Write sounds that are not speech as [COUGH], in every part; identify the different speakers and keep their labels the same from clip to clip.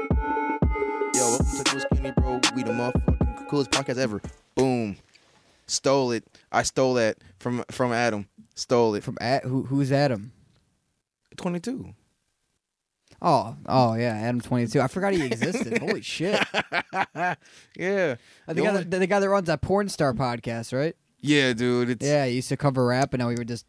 Speaker 1: Yo, welcome to Coolest Community, bro. We the motherfucking coolest podcast ever. Boom. Stole it. I stole that from from Adam. Stole it.
Speaker 2: From at who? Who's Adam?
Speaker 1: 22.
Speaker 2: Oh, oh yeah, Adam twenty two. I forgot he
Speaker 1: [LAUGHS]
Speaker 2: existed. Holy shit!
Speaker 1: Yeah.
Speaker 2: Uh,
Speaker 1: The
Speaker 2: The guy,
Speaker 1: only-
Speaker 2: that, the guy that runs that porn star podcast, right?
Speaker 1: yeah, dude. It's
Speaker 2: Yeah, he used to cover rap, and now he
Speaker 1: [LAUGHS]
Speaker 2: would just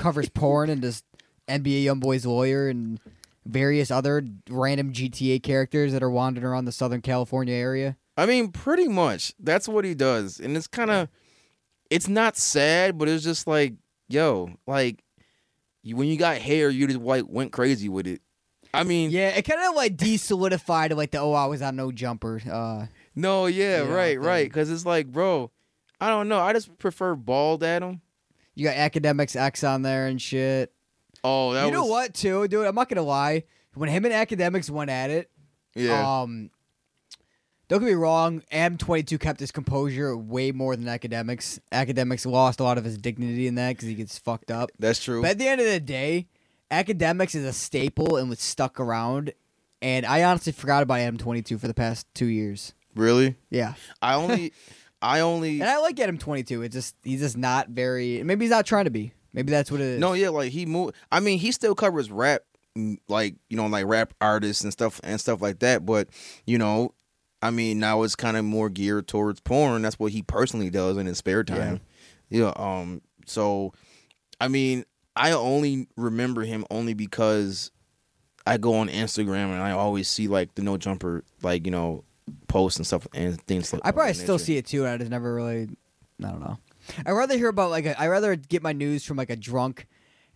Speaker 2: covers porn and just NBA YoungBoy's lawyer and various other random GTA characters that are wandering around the Southern California area.
Speaker 1: I mean, pretty much. That's what he does. And it's kind of it's not sad, but it's just like, yo, like you, when you got hair, you just like went crazy with it. I mean,
Speaker 2: Yeah, it kind of like desolidified like the oh I was on no jumper. Uh,
Speaker 1: no, yeah,
Speaker 2: Yeah,
Speaker 1: right,
Speaker 2: I
Speaker 1: right.
Speaker 2: think-
Speaker 1: Cuz it's like, bro, I don't know. I just prefer bald Adam.
Speaker 2: you got academics X on there and shit.
Speaker 1: Oh, that
Speaker 2: you know
Speaker 1: was
Speaker 2: what, too, dude? I'm not gonna lie. When him and academics went at it,
Speaker 1: Yeah.
Speaker 2: Um, don't get me wrong. Am twenty two kept his composure way more than academics. Academics lost a lot of his dignity in that because he gets fucked up.
Speaker 1: that's true.
Speaker 2: But at the end of the day, academics is a staple and was stuck around. And I honestly forgot about Adam twenty two for the past two years.
Speaker 1: Really?
Speaker 2: Yeah,
Speaker 1: I only, I only.
Speaker 2: [LAUGHS] and I like Adam twenty two. It's just he's just not very. Maybe he's not trying to be. Maybe that's what it is.
Speaker 1: No, yeah, like he moved. I mean, he still covers rap, mm, like you know, like rap artists and stuff and stuff like that. But you know, I mean, now it's kind of more geared towards porn. That's what he personally does in his spare time. Yeah. Um. So, I mean, I only remember him only because I go on Instagram and I always see like the no jumper, like you know, posts and stuff and things like.
Speaker 2: I
Speaker 1: of
Speaker 2: probably
Speaker 1: that
Speaker 2: still
Speaker 1: nature.
Speaker 2: see it too, and I just never really. I don't know. I'd rather hear about like a, I'd rather get my news from like a drunk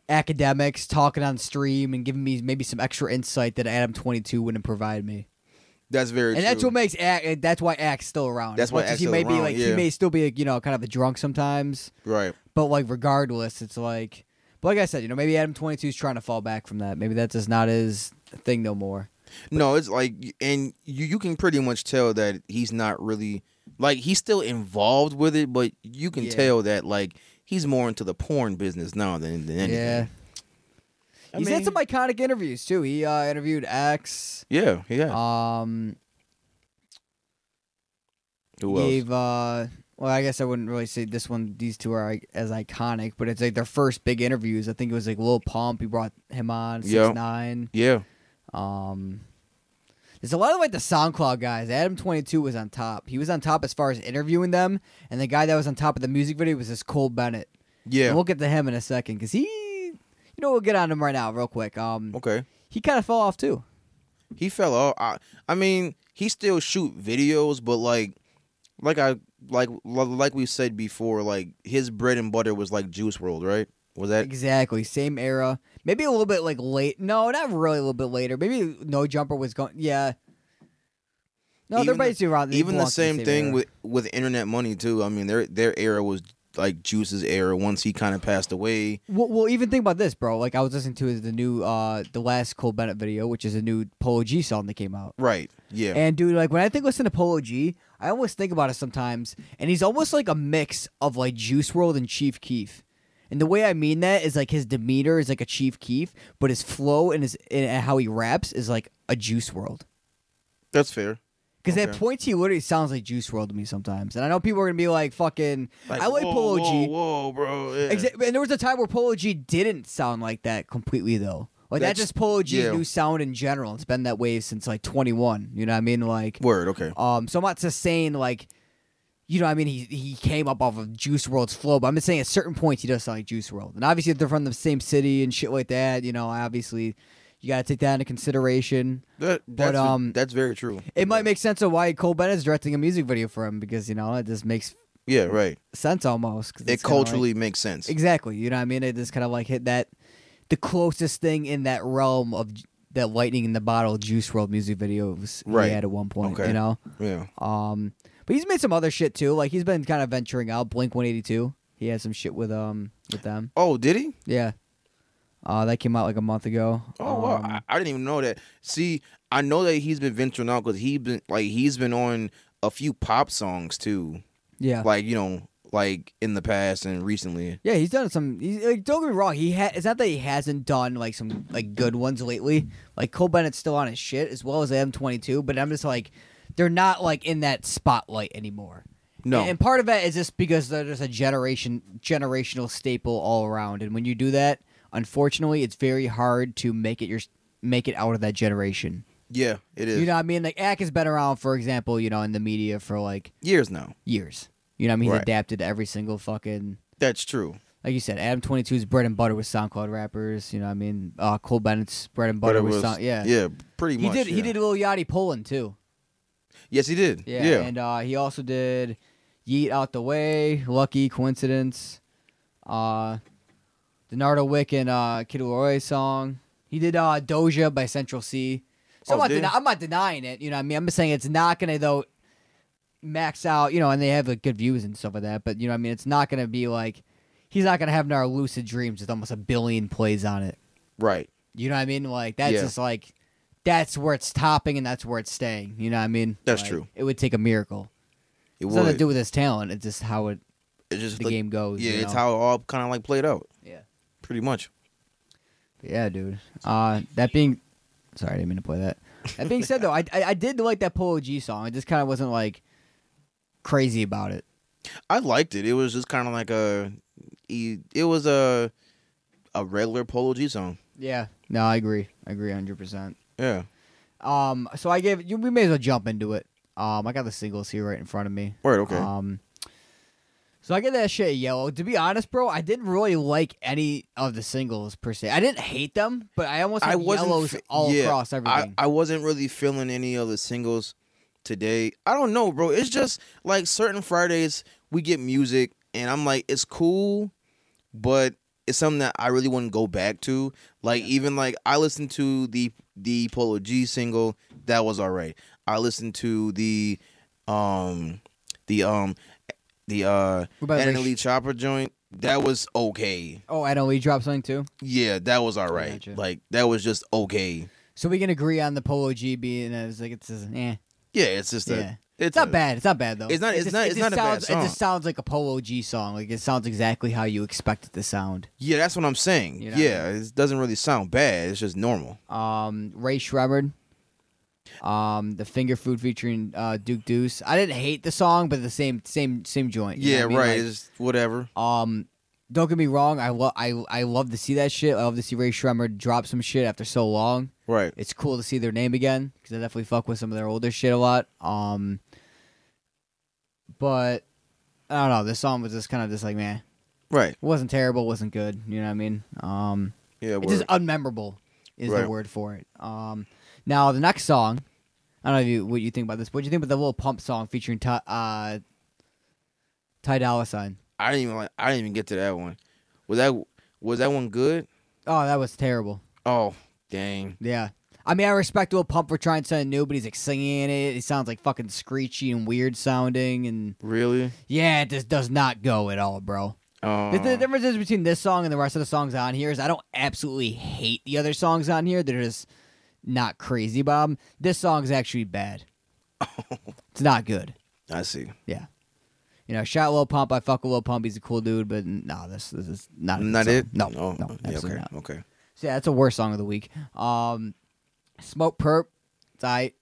Speaker 2: academics talking on stream and giving me maybe some extra insight that Adam twenty two wouldn't provide me.
Speaker 1: That's very.
Speaker 2: and that's
Speaker 1: true.
Speaker 2: what makes act. That's why Axe still around.
Speaker 1: That's
Speaker 2: As
Speaker 1: why
Speaker 2: much as
Speaker 1: Axe
Speaker 2: he
Speaker 1: still
Speaker 2: may
Speaker 1: around,
Speaker 2: be like
Speaker 1: yeah.
Speaker 2: he may still be like, you know kind of a drunk sometimes,
Speaker 1: right.
Speaker 2: but like regardless, it's like. But like I said, you know maybe Adam twenty two is trying to fall back from that. Maybe that's just not his thing no more.
Speaker 1: No, it's like, and you you can pretty much tell that he's not really like he's still involved with it, but you can
Speaker 2: Yeah.
Speaker 1: tell that like he's more into the porn business now than than anything.
Speaker 2: Yeah.
Speaker 1: I
Speaker 2: He's
Speaker 1: mean-
Speaker 2: had some iconic interviews too. He uh, interviewed Axe.
Speaker 1: yeah, [LAUGHS] yeah.
Speaker 2: Um,
Speaker 1: Who else?
Speaker 2: gave uh well i guess i wouldn't really say this one these two are like, as iconic but it's like their first big interviews i think it was like lil pump he brought him on six
Speaker 1: Yeah.
Speaker 2: nine
Speaker 1: Yeah,
Speaker 2: um there's a lot of like the soundcloud guys adam 22 was on top he was on top as far as interviewing them and the guy that was on top of the music video was this cole bennett
Speaker 1: yeah.
Speaker 2: and we'll get to him in a second because he you know we'll get on him right now real quick um
Speaker 1: okay,
Speaker 2: he kind of fell off too
Speaker 1: he fell off. I, I mean, he still shoot videos, but like, like I like like we said before, like his bread and butter was like Juice World, right? Was that
Speaker 2: Exactly, same era. Maybe a little bit like late. No, not really. A little bit later. Maybe No Jumper was going. Yeah. No,
Speaker 1: Even
Speaker 2: they're
Speaker 1: the-
Speaker 2: basically around. they
Speaker 1: even the
Speaker 2: belong to
Speaker 1: same, thing
Speaker 2: era.
Speaker 1: with with internet money too. I mean, their their era was like Juice's era. Once he kind of passed away,
Speaker 2: Well, well, even think about this, bro. Like I was listening to the new, uh the last Cole Bennett video, which is a new Polo G song that came out.
Speaker 1: right? Yeah,
Speaker 2: And dude, like when I think listen to Polo G, I almost think about it sometimes, and he's almost like a mix of like Juice World and Chief Keef. And the way I mean that is like his demeanor is like a Chief Keef, but his flow and his and how he raps is like a Juice World.
Speaker 1: that's fair.
Speaker 2: Because at
Speaker 1: Okay.
Speaker 2: points he literally sounds like Juice World to me sometimes, and I know people are gonna be like, "Fucking, I like
Speaker 1: whoa,
Speaker 2: Polo
Speaker 1: whoa,
Speaker 2: G."
Speaker 1: Whoa, bro. yeah.
Speaker 2: Exa- and there was a time where Polo G didn't sound like that completely, though. Like that's,
Speaker 1: That's-
Speaker 2: just Polo G's
Speaker 1: yeah.
Speaker 2: new sound in general. It's been that way since like 21. You know what I mean? Like,
Speaker 1: Word. Okay.
Speaker 2: um, so I'm not just saying like, you know, what I mean he he came up off of Juice World's flow, but I'm just saying at certain points he does sound like Juice World, and obviously if they're from the same city and shit like that. You know, obviously You got to take that into consideration.
Speaker 1: That, that's,
Speaker 2: um,
Speaker 1: that's very true.
Speaker 2: It might make sense of why Cole Bennett's directing a music video for him because you know it just makes
Speaker 1: Yeah, right.
Speaker 2: sense almost. 'cause
Speaker 1: It
Speaker 2: it's kinda like-
Speaker 1: culturally makes sense.
Speaker 2: exactly. You know what I mean? It just kind of like hit that the closest thing in that realm of j- that lightning in the bottle Juice World music videos
Speaker 1: Right.
Speaker 2: he had at one point.
Speaker 1: Okay.
Speaker 2: You know.
Speaker 1: yeah.
Speaker 2: Um, but he's made some other shit too. Like he's been kind of venturing out. Blink One Eighty Two. He had some shit with um with them.
Speaker 1: Oh, did he?
Speaker 2: Yeah. Uh, that came out like a month ago.
Speaker 1: Oh wow,
Speaker 2: Um,
Speaker 1: I, I didn't even know that. See, I know that he's been venturing out because he been like he's been on a few pop songs too,
Speaker 2: yeah.
Speaker 1: like you know, like in the past and recently.
Speaker 2: Yeah, he's done some. He's, like, don't get me wrong. He ha- it's not that he hasn't done like some like good ones lately. Like Cole Bennett's still on his shit as well as M twenty two. But I'm just like, they're not like in that spotlight anymore.
Speaker 1: No,
Speaker 2: And, and part of that is just because they're just a generation generational staple all around. And when you do that, unfortunately, it's very hard to make it your make it out of that generation.
Speaker 1: yeah, it is
Speaker 2: You know what I mean? Like Ack has been around, for example, you know, in the media for like
Speaker 1: years now.
Speaker 2: years. You know what I mean? He's
Speaker 1: Right.
Speaker 2: adapted to every single fucking
Speaker 1: That's true.
Speaker 2: like you said, Adam 22's bread and butter with SoundCloud rappers. You know, what I mean, uh, Cole Bennett's bread and butter
Speaker 1: it
Speaker 2: with
Speaker 1: was-
Speaker 2: Sound. Yeah,
Speaker 1: yeah, pretty
Speaker 2: He
Speaker 1: much.
Speaker 2: did. He
Speaker 1: yeah.
Speaker 2: did Lil Yachty Poland too.
Speaker 1: Yes, he did.
Speaker 2: Yeah,
Speaker 1: Yeah,
Speaker 2: and uh, he also did Yeet Out the Way, Lucky Coincidence, uh, the Nardo Wick and uh, Kid Leroy song. He did uh, Doja by Central C.
Speaker 1: Oh,
Speaker 2: So I'm, not
Speaker 1: did
Speaker 2: deni-
Speaker 1: he?
Speaker 2: I'm not denying it. You know, what I mean, I'm just saying it's not gonna though max out. You know, and they have like, good views and stuff like that. But you know, what I mean, it's not gonna be like he's not gonna have our lucid dreams with almost a billion plays on it.
Speaker 1: right.
Speaker 2: You know what I mean? Like that's
Speaker 1: Yeah.
Speaker 2: just like that's where it's topping and that's where it's staying. You know what I mean?
Speaker 1: That's
Speaker 2: Like,
Speaker 1: true.
Speaker 2: It would take a miracle.
Speaker 1: It
Speaker 2: It's
Speaker 1: was.
Speaker 2: nothing to do with his talent. It's just how it
Speaker 1: it's just
Speaker 2: the
Speaker 1: like-
Speaker 2: game goes.
Speaker 1: Yeah,
Speaker 2: you
Speaker 1: it's
Speaker 2: know?
Speaker 1: how it all kind of like played out.
Speaker 2: Yeah.
Speaker 1: pretty much.
Speaker 2: Yeah, dude. Uh, that being, sorry, I didn't mean to play that. That being said, though, I, I I did like that Polo G song. I just kind of wasn't like crazy about it.
Speaker 1: I liked it. It was just kind of like a, e- it was a, a regular Polo G song.
Speaker 2: Yeah. No, I agree. I agree, hundred percent.
Speaker 1: Yeah.
Speaker 2: Um, so I gave you. We may as well jump into it. Um, I got the singles here right in front of me.
Speaker 1: Word. Okay.
Speaker 2: Um, so I get that shit yellow. To be honest, bro, I didn't really like any of the singles per se. I didn't hate them, but I almost had yellows
Speaker 1: fe-
Speaker 2: all
Speaker 1: yeah,
Speaker 2: across everything.
Speaker 1: I, I wasn't really feeling any of the singles today. I don't know, bro. It's just like certain Fridays we get music, and I'm like, it's cool, but it's something that I really wouldn't go back to. Like even like I listened to the the Polo G single, that was alright. I listened to the um the um the uh
Speaker 2: What about, like,
Speaker 1: Anna Lee Chopper joint. That was okay.
Speaker 2: oh, I know we dropped something too.
Speaker 1: Yeah, that was all right.
Speaker 2: Gotcha.
Speaker 1: Like that was just okay.
Speaker 2: So we can agree on the Polo G being as like it's just, eh.
Speaker 1: Yeah, it's just
Speaker 2: Yeah.
Speaker 1: a, it's,
Speaker 2: It's not
Speaker 1: a-
Speaker 2: bad. It's not bad though.
Speaker 1: It's not-
Speaker 2: It
Speaker 1: it's
Speaker 2: just-
Speaker 1: not-
Speaker 2: It
Speaker 1: it's
Speaker 2: just
Speaker 1: not a bad
Speaker 2: sounds. It just sounds like a Polo G song. Like it sounds exactly how you expect it to sound.
Speaker 1: Yeah, that's what I'm saying.
Speaker 2: You know what I
Speaker 1: yeah, it doesn't really sound bad. It's just normal.
Speaker 2: Um, Ray Shremmerd. Um, the finger food featuring uh, Duke Deuce. I didn't hate the song, but the same same same joint. you know
Speaker 1: yeah,
Speaker 2: what I mean?
Speaker 1: right.
Speaker 2: Like,
Speaker 1: it's just whatever.
Speaker 2: Um, don't get me wrong. I love I I love to see that shit. I love to see Ray Shremmer drop some shit after so long.
Speaker 1: Right.
Speaker 2: It's cool to see their name again because I definitely fuck with some of their older shit a lot. Um, but I don't know. This song was just kind of just like man,
Speaker 1: Right.
Speaker 2: it wasn't terrible, wasn't good. You know what I mean? Um,
Speaker 1: Yeah.
Speaker 2: it's
Speaker 1: Word.
Speaker 2: just unmemorable is the
Speaker 1: Right.
Speaker 2: word for it. Um, now the next song. I don't know if you, what you think about this. What do you think about the little pump song featuring Ty, uh, Ty Dolla Sign?
Speaker 1: I didn't even like. I didn't even get to that one. Was that was that one good?
Speaker 2: Oh, that was terrible.
Speaker 1: Oh, dang.
Speaker 2: Yeah. I mean, I respect Will Pump for trying something new, but he's like singing in it. He sounds like fucking screechy and weird sounding, and
Speaker 1: Really?
Speaker 2: yeah, it just does not go at all, bro.
Speaker 1: Oh.
Speaker 2: The, the difference is between this song and the rest of the songs on here is I don't absolutely hate the other songs on here. They're just not crazy, Bob. This song's
Speaker 1: [LAUGHS]
Speaker 2: actually bad.
Speaker 1: Oh.
Speaker 2: it's not good.
Speaker 1: I see.
Speaker 2: You know, shout Will Pump. I fuck with Will Pump. He's a cool dude, but nah, this this is not a good
Speaker 1: Not
Speaker 2: song.
Speaker 1: it?
Speaker 2: No,
Speaker 1: Oh,
Speaker 2: no,
Speaker 1: yeah,
Speaker 2: absolutely
Speaker 1: okay.
Speaker 2: not.
Speaker 1: Okay.
Speaker 2: So yeah, that's a worst song of the week. Um, Smoke Perp. It's alright.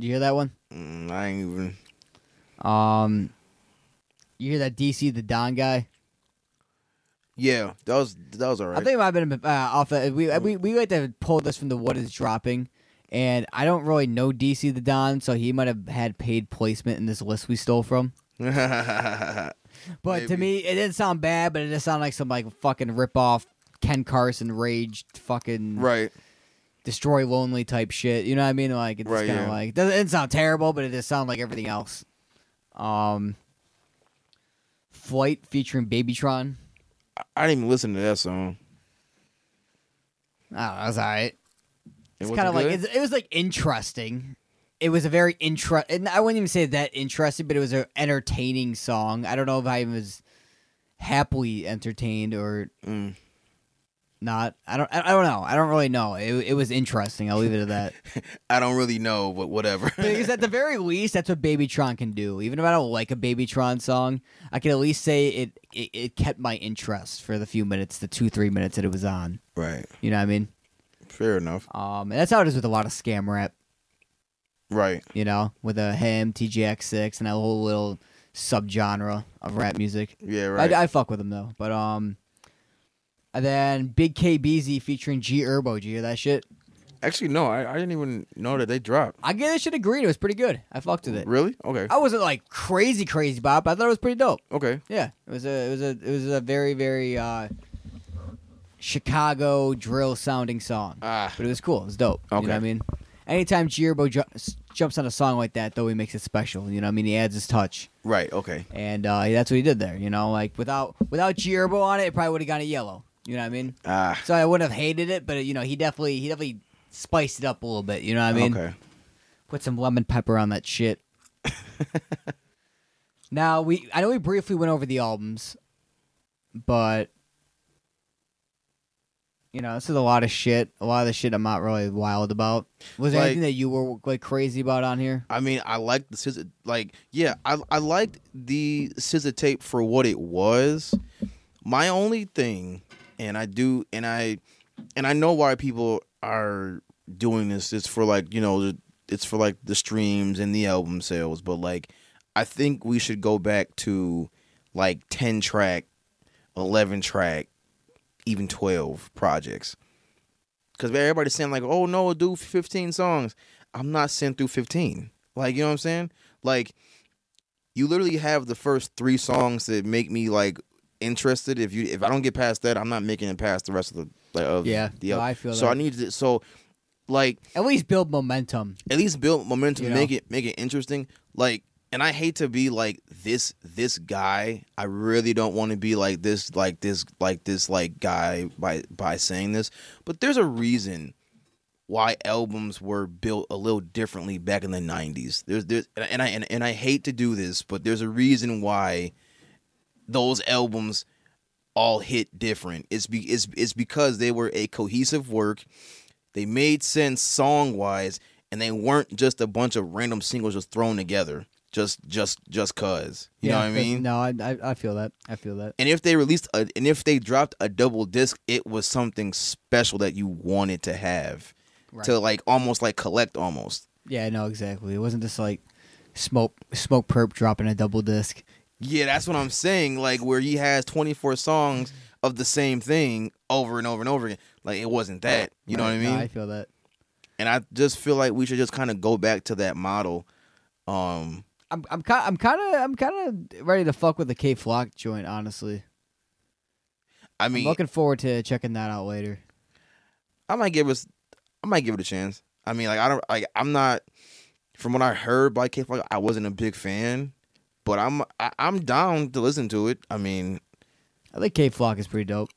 Speaker 2: Did you hear that one?
Speaker 1: Mm, I ain't even.
Speaker 2: Um, you hear that DC the Don guy?
Speaker 1: Yeah, that was that was alright.
Speaker 2: I think it might have been uh, off. Of, we we we like to pull this from the what is dropping, and I don't really know DC the Don, so he might have had paid placement in this list we stole from. But to me, it didn't sound bad, but it just sounded like some like fucking rip off Ken Carson rage
Speaker 1: [LAUGHS]
Speaker 2: fucking
Speaker 1: right.
Speaker 2: destroy lonely type shit. You know what I mean? Like it's
Speaker 1: Right,
Speaker 2: kind of
Speaker 1: yeah.
Speaker 2: like doesn't it sound terrible, but it does sound like everything else. Um, flight featuring Babytron.
Speaker 1: I, I didn't even listen to that song.
Speaker 2: I don't know, it Oh, was alright.
Speaker 1: It
Speaker 2: It's
Speaker 1: wasn't
Speaker 2: kind of like
Speaker 1: good?
Speaker 2: it's, it was like interesting. It was a very intra. And I wouldn't even say that interesting, but it was an entertaining song. I don't know if I was happily entertained or
Speaker 1: Mm. [LAUGHS]
Speaker 2: not. I don't. I I don't know. I don't really know. It, it was interesting. I'll leave it
Speaker 1: [LAUGHS]
Speaker 2: at that.
Speaker 1: I don't really know, but whatever.
Speaker 2: because at the very least, that's what Babytron can do. Even if I don't like a Babytron song, I can at least say it, it. It kept my interest for the few minutes, the two three minutes that it was on.
Speaker 1: [LAUGHS] right.
Speaker 2: You know what I mean?
Speaker 1: Fair enough.
Speaker 2: Um, and that's how it is with a lot of scam rap.
Speaker 1: Right.
Speaker 2: you know, with a him, TGX6, and that whole little subgenre of rap music.
Speaker 1: Yeah. Right.
Speaker 2: I, I fuck with him though, but um, and then Big KBZ featuring G Herbo. Did you hear that shit?
Speaker 1: Actually, no. I, I didn't even know that they dropped.
Speaker 2: I get that shit agreed. It was pretty good. I fucked with it.
Speaker 1: Really? Okay.
Speaker 2: I wasn't like crazy crazy Bob, but I thought it was pretty dope.
Speaker 1: Okay.
Speaker 2: Yeah, it was a it was a it was a very very uh Chicago drill sounding song.
Speaker 1: Ah.
Speaker 2: But it was cool. It was dope. You
Speaker 1: Okay.
Speaker 2: know what I mean? Anytime Gierbo ju- s- jumps on a song like that, though, he makes it special. You know what I mean? He adds his touch.
Speaker 1: Right. Okay.
Speaker 2: And uh, that's what he did there. You know, like without without Gierbo on it, it probably would have gone to yellow. You know what I mean?
Speaker 1: Ah.
Speaker 2: So I wouldn't have hated it, but you know, he definitely he definitely spiced it up a little bit. You know what I mean?
Speaker 1: okay.
Speaker 2: Put some lemon pepper on
Speaker 1: [LAUGHS]
Speaker 2: that shit. now we I know we briefly went over the albums, but you know, this is a lot of shit. A lot of the shit I'm not really wild about. Was there
Speaker 1: Like-
Speaker 2: anything that you were like crazy about on here?
Speaker 1: I mean, I liked the scissor. Like, yeah, I I liked the scissor tape for what it was. My only thing, and I do, and I, and I know why people are doing this. It's for like you know, the- it's for like the streams and the album sales. But like, I think we should go back to like ten track, eleven track, even twelve projects. Because everybody's saying like, oh no, do fifteen songs. I'm not sent through 15. Like, you know what I'm saying? Like, you literally have the first three songs that make me like interested. If you if I don't get past that, I'm not making it past the rest of the like, of
Speaker 2: Yeah,
Speaker 1: the
Speaker 2: no,
Speaker 1: al-
Speaker 2: I feel
Speaker 1: so
Speaker 2: that.
Speaker 1: I need to so like
Speaker 2: At least build momentum.
Speaker 1: at least build momentum,
Speaker 2: You know?
Speaker 1: make it make it interesting. Like, and I hate to be like this this guy. I really don't want to be like this like this like this like guy by by saying this. But there's a reason why albums were built a little differently back in the 90s. There's there's and I- and I and, and I hate to do this, but there's a reason why those albums all hit different. It's be it's it's because they were a cohesive work. They made sense song wise, and they weren't just a bunch of random singles just thrown together. Just just just cause. You know what I
Speaker 2: that's-
Speaker 1: mean?
Speaker 2: No, I, I I feel that. I feel that.
Speaker 1: And if they released a, and if they dropped a double disc, it was something special that you wanted to have. To like almost like collect almost.
Speaker 2: Yeah, no, exactly. It wasn't just like smoke smoke perp dropping a double disc.
Speaker 1: Yeah, that's what I'm saying. Like where he has 24 songs
Speaker 2: Mm-hmm.
Speaker 1: of the same thing over and over and over again. Like it wasn't that. You know what I
Speaker 2: No,
Speaker 1: mean?
Speaker 2: I feel that.
Speaker 1: and I just feel like we should just kind of go back to that model. Um,
Speaker 2: I'm I'm kind I'm kind of I'm kind of ready to fuck with the K Flock joint. Honestly,
Speaker 1: I
Speaker 2: I'm
Speaker 1: mean,
Speaker 2: looking forward to checking that out later.
Speaker 1: I might give us, I might give it a chance. I mean, like I don't, like I'm not. From what I heard by K Flock, I wasn't a big fan, but I'm I, I'm down to listen to it. I mean,
Speaker 2: I think K Flock is pretty dope.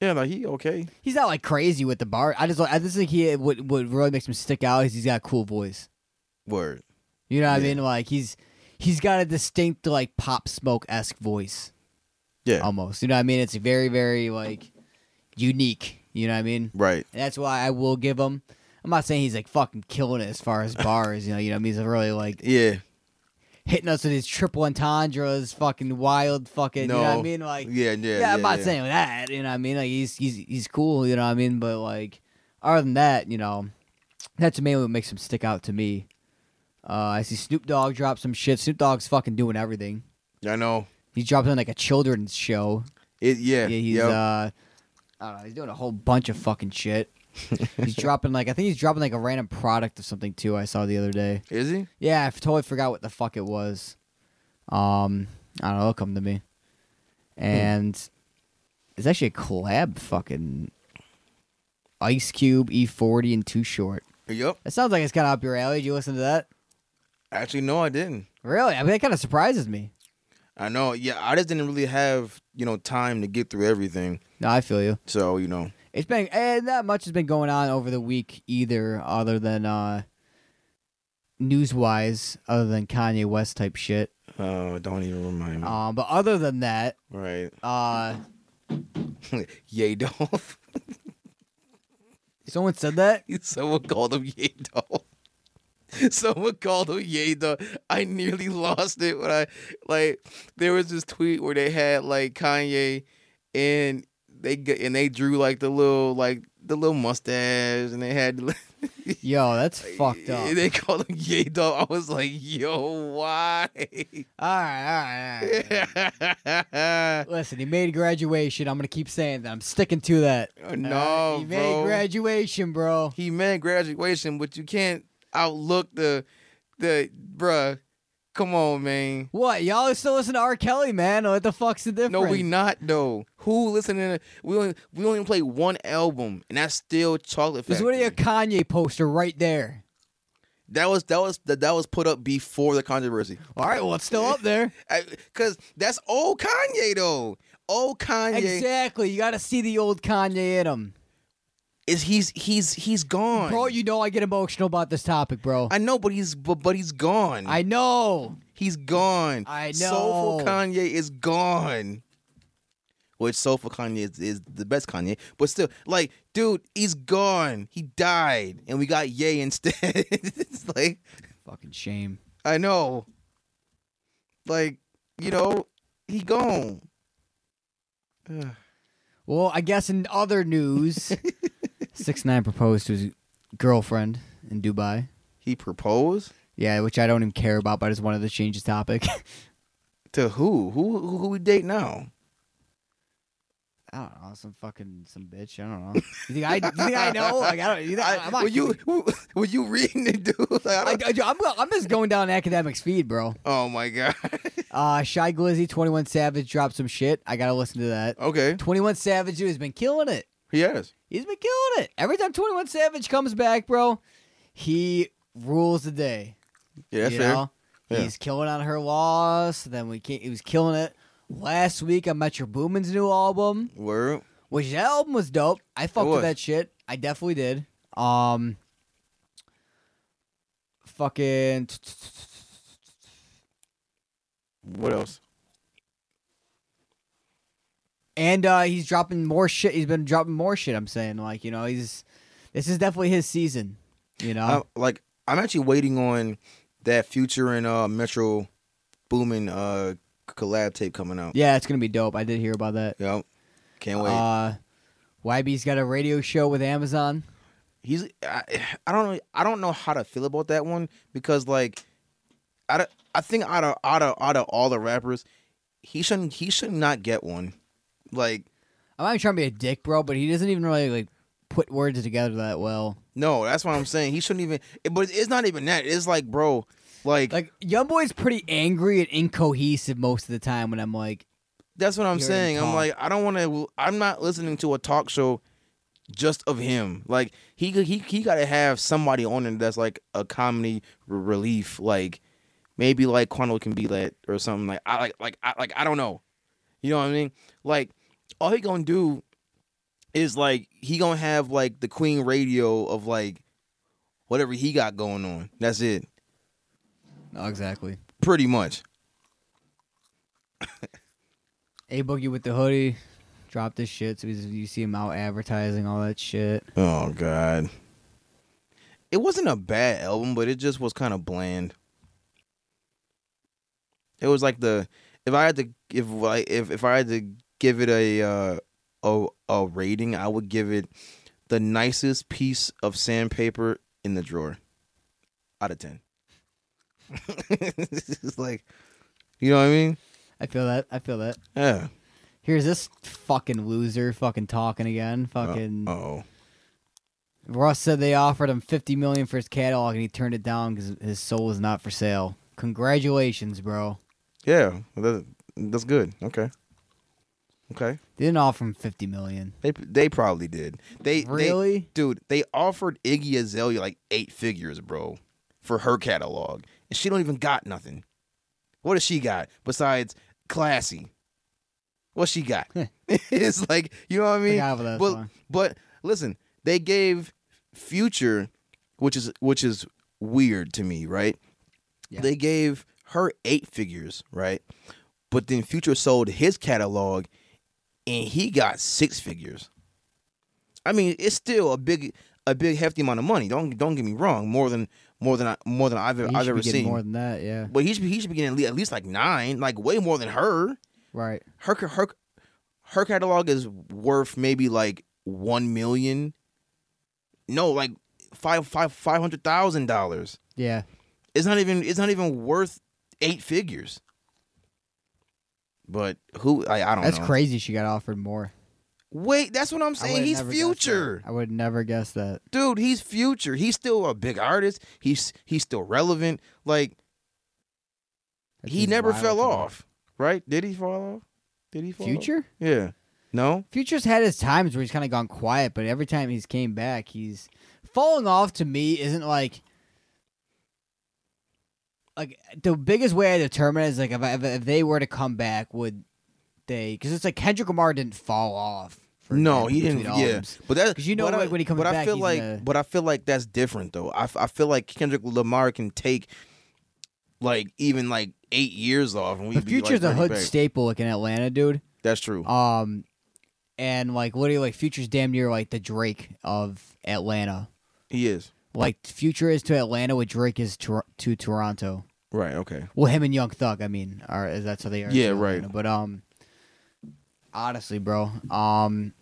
Speaker 1: yeah, like he okay.
Speaker 2: He's not like crazy with the bar. I just like I just think he what what really makes him stick out is he's got a cool voice.
Speaker 1: Word.
Speaker 2: You know what
Speaker 1: Yeah.
Speaker 2: I mean? Like he's he's got a distinct like pop smoke esque voice
Speaker 1: Yeah.
Speaker 2: almost. You know what I mean? It's very very like unique. You know what I mean?
Speaker 1: right.
Speaker 2: And that's why I will give him. I'm not saying he's like fucking killing it as far as bars, you know. You know, what I mean, he's really like
Speaker 1: Yeah.
Speaker 2: hitting us with his triple entendres, fucking wild, fucking.
Speaker 1: no.
Speaker 2: You know what I mean? Like, yeah,
Speaker 1: yeah, yeah.
Speaker 2: I'm not
Speaker 1: yeah.
Speaker 2: saying that. You know what I mean? Like, he's he's he's cool. You know what I mean? But like, other than that, you know, that's mainly what makes him stick out to me. Uh, I see Snoop Dogg drop some shit. Snoop Dogg's fucking doing everything.
Speaker 1: I know.
Speaker 2: He's dropping like a children's show.
Speaker 1: It. Yeah.
Speaker 2: Yeah, he's
Speaker 1: yep.
Speaker 2: uh, I don't know. He's doing a whole bunch of
Speaker 1: [LAUGHS]
Speaker 2: fucking shit. he's dropping like I think he's dropping like a random product of something too. I saw the other day.
Speaker 1: Is he?
Speaker 2: Yeah, I f- totally forgot what the fuck it was. Um, I don't know. It'll come to me. And it's actually a collab fucking Ice Cube, E40, and Too Short.
Speaker 1: Yep.
Speaker 2: That sounds like it's kind of up your alley. Did you listen to that?
Speaker 1: Actually, no, I didn't.
Speaker 2: Really? I mean, that kind of surprises me.
Speaker 1: I know. Yeah, I just didn't really have you know time to get through everything.
Speaker 2: No, I feel you.
Speaker 1: So you know,
Speaker 2: It's been and not much has been going on over the week either, other than uh, news wise, other than Kanye West type shit.
Speaker 1: uh, don't even remind me.
Speaker 2: Um, but other than that,
Speaker 1: right?
Speaker 2: uh,
Speaker 1: [LAUGHS] Yay Dolph.
Speaker 2: someone said that.
Speaker 1: Someone called him Yay Dolph. [LAUGHS] Someone called him Yay Dolph. I nearly lost it when I like there was this tweet where they had like Kanye and they g- and they drew like the little like the little mustache and they had [LAUGHS]
Speaker 2: Yo, that's fucked up.
Speaker 1: They called him Yay Dolph. I was like, yo, why? [LAUGHS]
Speaker 2: All right, all right, all right.
Speaker 1: no,
Speaker 2: Listen, he made graduation. I'm gonna keep saying that. I'm sticking to that. Uh, he made
Speaker 1: Oh, bro.
Speaker 2: graduation, bro.
Speaker 1: he meant graduation, but you can't outlook the the bruh. Come on, man.
Speaker 2: What? Y'all are still listening to R. Kelly, man? What the fuck's the difference?
Speaker 1: No, we not though. Who listening? To, we only we only play one album, and that's still Chocolate
Speaker 2: There's
Speaker 1: Factory.
Speaker 2: already a Kanye poster right there.
Speaker 1: that was that was that, that was put up before the controversy,
Speaker 2: All right, well, it's still
Speaker 1: [LAUGHS]
Speaker 2: up there.
Speaker 1: because that's old Kanye though. Old Kanye
Speaker 2: Exactly. You got to see the old Kanye in him.
Speaker 1: is he's he's he's gone.
Speaker 2: Bro, you know I get emotional about this topic, bro.
Speaker 1: I know, but he's but, but he's gone.
Speaker 2: I know.
Speaker 1: He's gone.
Speaker 2: I
Speaker 1: Soulful
Speaker 2: know.
Speaker 1: Kanye is gone. Which Soulful Kanye is, is the best Kanye, but still, like, dude, he's gone. He died, and we got Ye instead. [LAUGHS] it's like,
Speaker 2: Fucking shame.
Speaker 1: I know. Like, you know, he gone. Ugh.
Speaker 2: Well, I guess in other
Speaker 1: [LAUGHS]
Speaker 2: news, six nine proposed to his girlfriend in Dubai.
Speaker 1: He proposed
Speaker 2: Yeah, which I don't even care about, but I just wanted to change the topic. [LAUGHS]
Speaker 1: to who? Who who, who we date now?
Speaker 2: I don't know, some fucking some bitch. I don't know. You think I? You think I know? Like I don't. You think, I,
Speaker 1: I,
Speaker 2: am not, [LAUGHS]
Speaker 1: were you were you reading it, dude? [LAUGHS] Like, I
Speaker 2: I,
Speaker 1: don't-
Speaker 2: am I'm just going down academics feed, bro.
Speaker 1: oh my god. [LAUGHS]
Speaker 2: Uh, Shy Glizzy, Twenty One Savage dropped some shit. I gotta listen to that.
Speaker 1: okay.
Speaker 2: Twenty One Savage dude has been killing it.
Speaker 1: Yes.
Speaker 2: He's been killing it. Every time 21 Savage comes back, bro, he rules the day.
Speaker 1: Yeah, that's
Speaker 2: you
Speaker 1: fair.
Speaker 2: know?
Speaker 1: Yeah.
Speaker 2: He's killing on her loss. Then we can't, he was killing it last week on Metro Boomin's new album,
Speaker 1: Word.
Speaker 2: which that album was dope. I fucked
Speaker 1: was.
Speaker 2: with that shit. I definitely did. Um, fucking.
Speaker 1: What else?
Speaker 2: And uh, he's dropping more shit. He's been dropping more shit. I'm saying, like, you know, he's this is definitely his season. You know,
Speaker 1: I'm, like I'm actually waiting on that Future and uh, Metro Boomin uh, collab tape coming out.
Speaker 2: yeah, it's gonna be dope. I did hear about that.
Speaker 1: Yep. Can't wait.
Speaker 2: Uh, YB's got a radio show with Amazon.
Speaker 1: He's I, I don't know I don't know how to feel about that one because like I, don't- I think out of out of out of all the rappers he shouldn't he should not get one like
Speaker 2: I'm not even trying to be a dick, bro, but he doesn't even really like put words together that well.
Speaker 1: no that's what I'm saying he shouldn't even but it's not even that it's like bro like,
Speaker 2: Like Young Boy's pretty angry and incohesive most of the time. When I'm like,
Speaker 1: that's what I'm
Speaker 2: hear him
Speaker 1: saying I'm
Speaker 2: talk.
Speaker 1: like I don't want to I'm not listening to a talk show just of him. Like he he he got to have somebody on it that's like a comedy r- relief. Like maybe like Quando can be that or something. Like I like like I like I don't know. You know what I mean? Like all he gonna do is like he gonna have like the Queen radio of like whatever he got going on. That's it,
Speaker 2: no, "Oh, exactly.
Speaker 1: pretty much.
Speaker 2: A Boogie with the hoodie dropped this shit, so he's, you see him out advertising all that shit.
Speaker 1: Oh God. It wasn't a bad album, but it just was kind of bland. It was like the if I had to if like if if I had to give it a uh a, a rating, I would give it the nicest piece of sandpaper in the drawer out of 10. [LAUGHS] it's like you know what I mean?
Speaker 2: I feel that. I feel that.
Speaker 1: Yeah.
Speaker 2: Here's this fucking loser fucking talking again. Fucking
Speaker 1: Oh.
Speaker 2: Russ said they offered him 50 million for his catalog and he turned it down because his soul is not for sale. Congratulations, bro.
Speaker 1: Yeah. That's, that's good. Okay. Okay.
Speaker 2: They didn't offer him fifty million.
Speaker 1: They they probably did. They they-
Speaker 2: Really?
Speaker 1: dude. They offered Iggy Azalea like eight figures, bro, for her catalog, and she don't even got nothing. What does she got besides classy? What she
Speaker 2: [LAUGHS]
Speaker 1: got? [LAUGHS] it's like you know what I mean.
Speaker 2: Forgot about that
Speaker 1: but
Speaker 2: song.
Speaker 1: but listen, they gave Future, which is which is weird to me, right?
Speaker 2: Yeah.
Speaker 1: They gave her eight figures, right? But then Future sold his catalog and he got six figures. I mean, it's still a big a big hefty amount of money. Don't don't get me wrong, more than more than I, more than I've
Speaker 2: He should
Speaker 1: I've
Speaker 2: be
Speaker 1: ever
Speaker 2: getting
Speaker 1: seen.
Speaker 2: more than that. Yeah,
Speaker 1: but he should be, he should be getting at le- at least like 9, like way more than her.
Speaker 2: right.
Speaker 1: Her ca- her her catalog is worth maybe like 1 million. No, like five five five hundred thousand dollars.
Speaker 2: Yeah,
Speaker 1: It's not even it's not even worth eight figures. But who I, I don't
Speaker 2: that's
Speaker 1: know.
Speaker 2: crazy. She got offered more.
Speaker 1: Wait, that's what I'm
Speaker 2: I
Speaker 1: saying.
Speaker 2: would've
Speaker 1: He's
Speaker 2: never guessed that.
Speaker 1: future.
Speaker 2: I would never guess that.
Speaker 1: Dude, he's future. He's still a big artist. He's he's still relevant. Like
Speaker 2: That's
Speaker 1: he
Speaker 2: just
Speaker 1: never
Speaker 2: wild
Speaker 1: fell
Speaker 2: to me.
Speaker 1: off. Right? Did he fall off? Did he fall off?
Speaker 2: Future.
Speaker 1: Yeah. No?
Speaker 2: Future's had his times where he's kind of gone quiet, but every time he's came back, he's falling off. To me, isn't like like the biggest way I determine it is like if I, if, if they were to come back, would they? Because it's like Kendrick Lamar didn't fall off. for
Speaker 1: No,
Speaker 2: example,
Speaker 1: he didn't.
Speaker 2: between
Speaker 1: Yeah,
Speaker 2: albums.
Speaker 1: but that
Speaker 2: 'Cause you know,
Speaker 1: but I-
Speaker 2: like, when he comes
Speaker 1: but I
Speaker 2: back,
Speaker 1: feel
Speaker 2: he's
Speaker 1: like,
Speaker 2: gonna-
Speaker 1: but I feel like that's different though. I, f- I feel like Kendrick Lamar can take like even like eight years off, and we
Speaker 2: The future's a hood staple, like in Atlanta, dude.
Speaker 1: That's true.
Speaker 2: Um, and like literally, like future's damn near like the Drake of Atlanta.
Speaker 1: he is
Speaker 2: Like future is to Atlanta what Drake is to, to Toronto.
Speaker 1: right. Okay.
Speaker 2: Well, him and Young Thug, I mean, are is that's how they are.
Speaker 1: Yeah,
Speaker 2: too,
Speaker 1: right.
Speaker 2: you know, But um, honestly, bro, um,